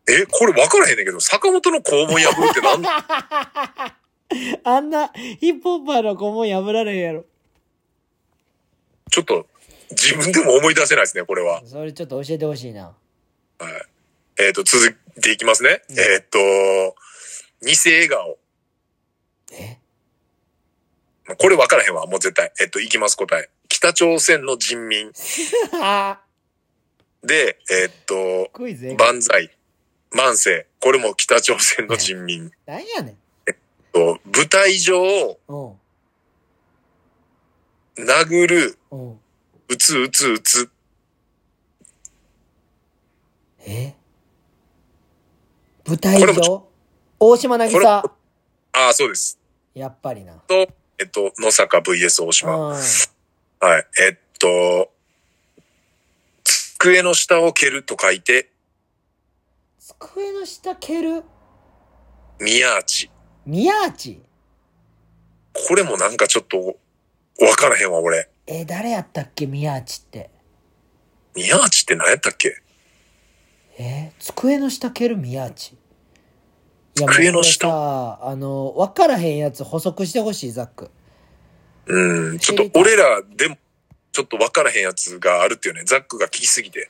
Speaker 2: え、これ分からへんねんけど、坂本の黄門破るっ てなんだ
Speaker 1: あんなヒップホッパーの子も破られへんやろ。
Speaker 2: ちょっと、自分でも思い出せないですね、これは。
Speaker 1: それちょっと教えてほしいな。
Speaker 2: はい。えっ、と、続いていきますね。
Speaker 1: うん
Speaker 2: えっ、と、偽笑顔。
Speaker 1: え
Speaker 2: まあこれ分からへんわ、もう絶対。えっ、と、いきます、答え。北朝鮮の人民。で、えっ、と、
Speaker 1: クイズええか
Speaker 2: 万歳、万世。これも北朝鮮の人民。
Speaker 1: なんやねん。
Speaker 2: と舞台上を
Speaker 1: うん。
Speaker 2: 殴る、
Speaker 1: うん。
Speaker 2: うつうつうつ。
Speaker 1: え舞台
Speaker 2: これもち
Speaker 1: 上大島なぎさ
Speaker 2: こ。ああ、そうです。
Speaker 1: やっぱりな。
Speaker 2: と、えっ、と、野坂 VS 大島。
Speaker 1: うん。
Speaker 2: はい。えっと、机の下を蹴ると書いて、
Speaker 1: 机の下蹴る
Speaker 2: 宮地。
Speaker 1: 宮内
Speaker 2: これもなんかちょっと、わからへんわ、俺。
Speaker 1: え、誰やったっけ宮内って。
Speaker 2: 宮地って何やったっけ
Speaker 1: え机の下蹴る宮内いや、
Speaker 2: 机
Speaker 1: もう
Speaker 2: の
Speaker 1: これ
Speaker 2: 下
Speaker 1: さ、あの、わからへんやつ補足してほしい、ザック。
Speaker 2: うん。ちょっと、俺らでも、ちょっとわからへんやつがあるっていうね。ザックが聞きすぎて。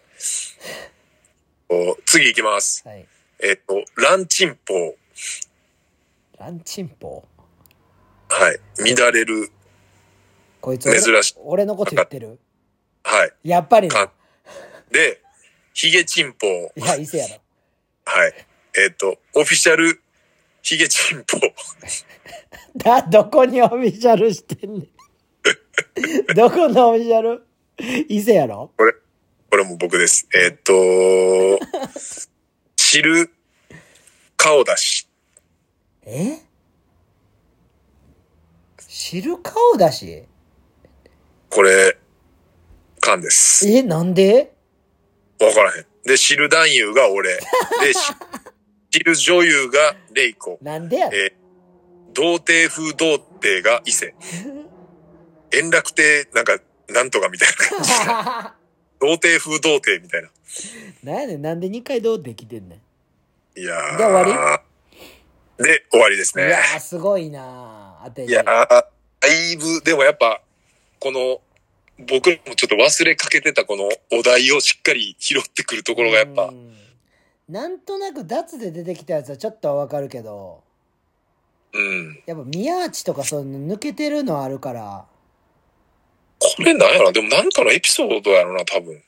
Speaker 2: お次行きます。
Speaker 1: はい。
Speaker 2: えっと、ランチンポ
Speaker 1: ランチンポ
Speaker 2: はい。乱れる。
Speaker 1: こいつ俺
Speaker 2: 珍しい。
Speaker 1: 俺のこと言ってる
Speaker 2: はい。
Speaker 1: やっぱりな
Speaker 2: か。で、ヒゲチンポ
Speaker 1: いや、伊勢やろ。
Speaker 2: はい。えっと、オフィシャル、ヒゲチンポ
Speaker 1: だ、どこにオフィシャルしてん ねん。どこのオフィシャル伊勢やろ
Speaker 2: これ、これも僕です。えーっと、知る顔出し。
Speaker 1: え知る顔だし
Speaker 2: これ、勘です。
Speaker 1: え、なんで
Speaker 2: わからへん。で、知る男優が 俺。で、し知る女優がレイコ。
Speaker 1: なんでやろ
Speaker 2: えー童貞風童貞が伊勢。円楽亭、なんか、なんとかみたいな感じ。童貞風童貞みたいな。
Speaker 1: なんやねん、なんで二回どうできてんねん。
Speaker 2: いやー。
Speaker 1: で終
Speaker 2: わりで、終わりですね。
Speaker 1: いやー、すごいなー。当て
Speaker 2: いやー、だいぶ、でもやっぱ、この、僕らもちょっと忘れかけてたこのお題をしっかり拾ってくるところがやっぱ
Speaker 1: う、んなんとなく脱で出てきたやつはちょっとはわかるけど、
Speaker 2: うん。
Speaker 1: やっぱ宮内とかその抜けてるのはあるから、
Speaker 2: これなんやろな、でもなんかのエピソードやろな、多分。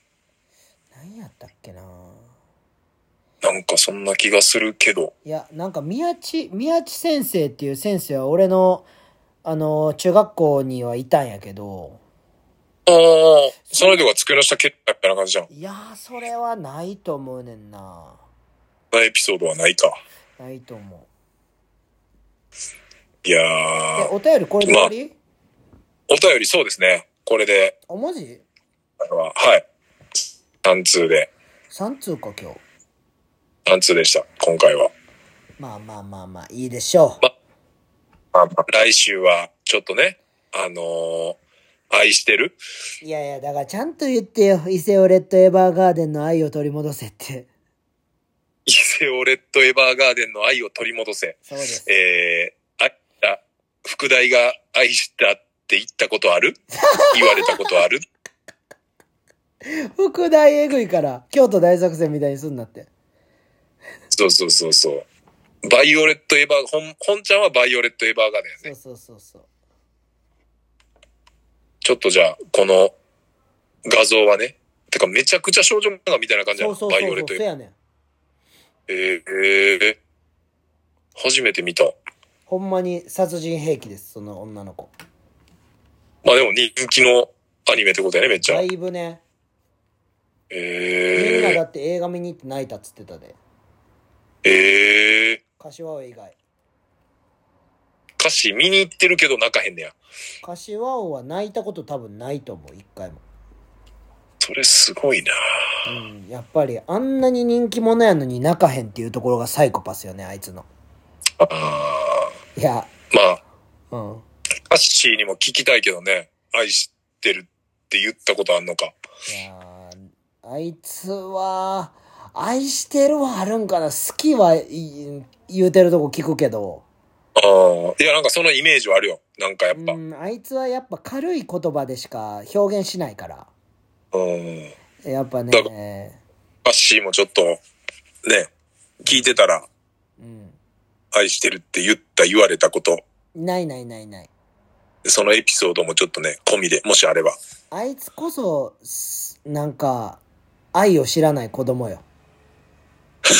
Speaker 1: 何やったっけな
Speaker 2: なんかそんな気がするけど。
Speaker 1: いや、なんか宮地、宮地先生っていう先生は俺の、あの、中学校にはいたんやけど、
Speaker 2: ああ、その人が机の下蹴ったみたいな感じじゃん。
Speaker 1: いやー、それはないと思うねんな。
Speaker 2: そんなエピソードはないか。
Speaker 1: ないと思
Speaker 2: いや
Speaker 1: う。え、
Speaker 2: ー、
Speaker 1: お便りこれで終わり
Speaker 2: お便りそうですね。これで、
Speaker 1: あ、マジ
Speaker 2: あれは、はい。3通で、
Speaker 1: ?3 通か今日。
Speaker 2: 3通でした、今回は。
Speaker 1: まあまあまあまあ、いいでしょう。
Speaker 2: まあまあ来週は、ちょっとね、あのー愛してる
Speaker 1: いやいや、だからちゃんと言ってよ。伊勢オレットエヴァーガーデンの愛を取り戻せって。
Speaker 2: 伊勢オレットエヴァーガーデンの愛を取り戻せ。
Speaker 1: そうです。
Speaker 2: えー、愛した、副題が愛したって言ったこと ある言われたことある
Speaker 1: 副大えぐいから、京都大作戦みたいにすんなって。
Speaker 2: そうそうそうそう。バイオレットエヴァー、ほん、本ちゃんはバイオレットエヴァーガーデン
Speaker 1: そう。そ
Speaker 2: ね
Speaker 1: うそうそう。
Speaker 2: ちょっとじゃあ、この画像はね、てかめちゃくちゃ少女漫画みたいな感じな
Speaker 1: そう
Speaker 2: の。
Speaker 1: そう
Speaker 2: バイ
Speaker 1: そ
Speaker 2: オ
Speaker 1: う
Speaker 2: レ
Speaker 1: そう。
Speaker 2: ットエ
Speaker 1: そ
Speaker 2: ヴァーガーデン
Speaker 1: うやねん。
Speaker 2: えー、えー初めて見た。
Speaker 1: ほんまに殺人兵器です、その女の子。
Speaker 2: まあでも人気のアニメってことやね、めっちゃ
Speaker 1: だ。いぶね、みんなだ
Speaker 2: え
Speaker 1: って映画見に行って泣いたっつってたで。
Speaker 2: ー、えー、
Speaker 1: 柏王以外。
Speaker 2: 歌詞見に行ってるけど泣かへんねや。
Speaker 1: 柏王は泣いたこと多分ないと思う、一回も。
Speaker 2: それすごいな
Speaker 1: うん、やっぱりあんなに人気者やのに泣かへんっていうところがサイコパスよね、あいつの。
Speaker 2: あ
Speaker 1: いや、
Speaker 2: ーまあ、
Speaker 1: うん。
Speaker 2: 歌詞にも聞きたいけどね、愛してるって言ったことあんのか。
Speaker 1: いやーあいつは、愛してるはあるんかな好きはい言うてるとこ聞くけど。
Speaker 2: ああ、いやなんかそのイメージはあるよ。なんかやっ
Speaker 1: う
Speaker 2: ぱ。
Speaker 1: ん、あいつはやっぱ軽い言葉でしか表現しないから。
Speaker 2: うん。
Speaker 1: やっぱ
Speaker 2: だか
Speaker 1: ね、
Speaker 2: 歌詞もちょっと、ね、聞いてたら、
Speaker 1: うん。
Speaker 2: 愛してるって言った、言われたこと、
Speaker 1: ないないないない。
Speaker 2: そのエピソードもちょっとね、込みで、もしあれば。
Speaker 1: あいつこそ、すなんか、愛を知らない子供 よ。本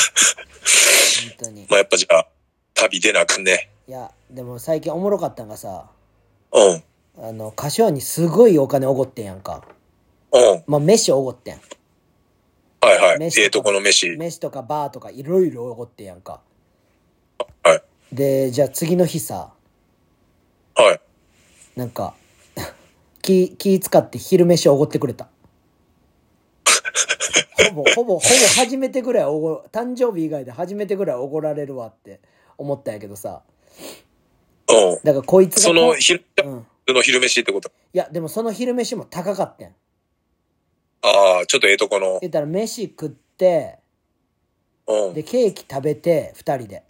Speaker 1: 当に。い
Speaker 2: まあやっぱじゃあ、旅出なあかんね。
Speaker 1: や、でも最近おもろかったんがさ、
Speaker 2: うん。
Speaker 1: あの、歌唱にすごいお金おごってんやんか。
Speaker 2: うん。
Speaker 1: まあ、飯おごってん。
Speaker 2: はいはい。
Speaker 1: 飯
Speaker 2: ええとこの飯。
Speaker 1: 飯とかバーとかいろいろおごってんやんか。
Speaker 2: はい。
Speaker 1: で、じゃあ次の日さ、
Speaker 2: はい。
Speaker 1: なんか、 気、気使って昼飯おごってくれた。ほぼ、ほぼ、ほぼ初めてぐらいおご、誕生日以外で初めてぐらいおごられるわって思ったんやけどさ。
Speaker 2: うん。
Speaker 1: だからこいつが。
Speaker 2: その昼、
Speaker 1: うん。
Speaker 2: の昼飯ってこと。
Speaker 1: いや、でもその昼飯も高かってん。
Speaker 2: ああ、ちょっとええとこの。
Speaker 1: 言ったら飯食って、
Speaker 2: うん。
Speaker 1: で、ケーキ食べて、二人で。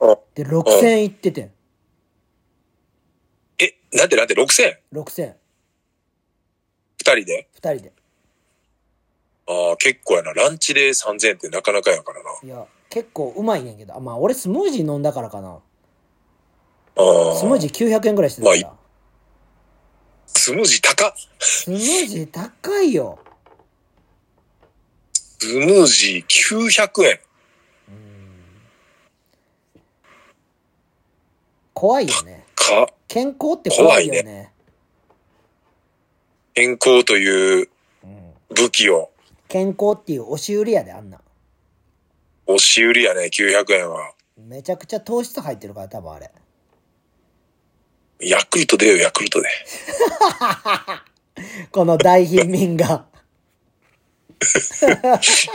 Speaker 2: うん
Speaker 1: で、6000円いっててん。
Speaker 2: え、なんてなんて、6000?
Speaker 1: 6000円。
Speaker 2: 二人で
Speaker 1: 二人で。
Speaker 2: ああ、結構やな。ランチで3000円ってなかなかやからな。
Speaker 1: いや、結構うまいねんけど。あ、まあ俺スムージー飲んだからかな。
Speaker 2: ああ。
Speaker 1: スムージー900円ぐらいしてたから。
Speaker 2: スムージー高っ
Speaker 1: スムージー高いよ。
Speaker 2: スムージー900円。
Speaker 1: 怖いよね。
Speaker 2: か、
Speaker 1: 健康って怖いよね。
Speaker 2: 怖健康という
Speaker 1: うん、
Speaker 2: 武器を、
Speaker 1: 健康っていう押し売りやで、あんな。
Speaker 2: 押し売りやね、900円は。
Speaker 1: めちゃくちゃ糖質入ってるから、多分あれ。
Speaker 2: ヤクルトでよ、ヤクルトで。
Speaker 1: この大貧民が。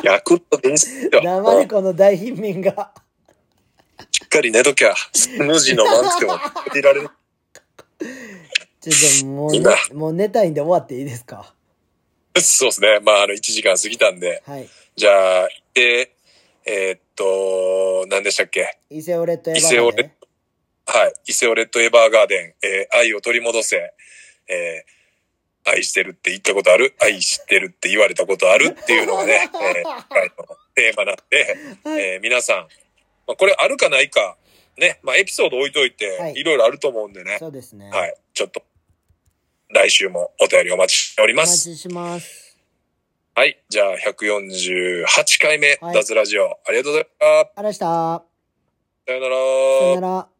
Speaker 2: ヤクルトでいいっすよ。
Speaker 1: 黙れ、この大貧民が。
Speaker 2: しっかり寝ときゃ、スムージー飲まんくても、いられる。
Speaker 1: ちょっともう、
Speaker 2: いい
Speaker 1: ね
Speaker 2: な、
Speaker 1: もう寝たいんで終わっていいですか。
Speaker 2: そうですね。まあ、あの、1時間過ぎたんで。
Speaker 1: はい。
Speaker 2: じゃあ、で、えーっと、何でしたっけ
Speaker 1: 伊勢オレットエヴァ、ね、
Speaker 2: 伊勢オレッはい。伊勢オレットエヴァーガーデン、えー愛を取り戻せ、えー愛してるって言ったことある愛してるって言われたことあるっていうの がね、えー今回のテーマなんで、えー皆さん、まあ、これあるかないか、ね、まあ、エピソード置いといて、
Speaker 1: はい
Speaker 2: い、ろいろあると思うんでね、
Speaker 1: そうですね。
Speaker 2: はい、ちょっと、来週もお便りお待ちしており
Speaker 1: お
Speaker 2: ま
Speaker 1: 待ち
Speaker 2: す。
Speaker 1: します。
Speaker 2: はい。じゃあ、148回目、
Speaker 1: はい
Speaker 2: 脱ラジオ、ありがとうございました。
Speaker 1: ありがとうございました。
Speaker 2: さよなら
Speaker 1: さよなら。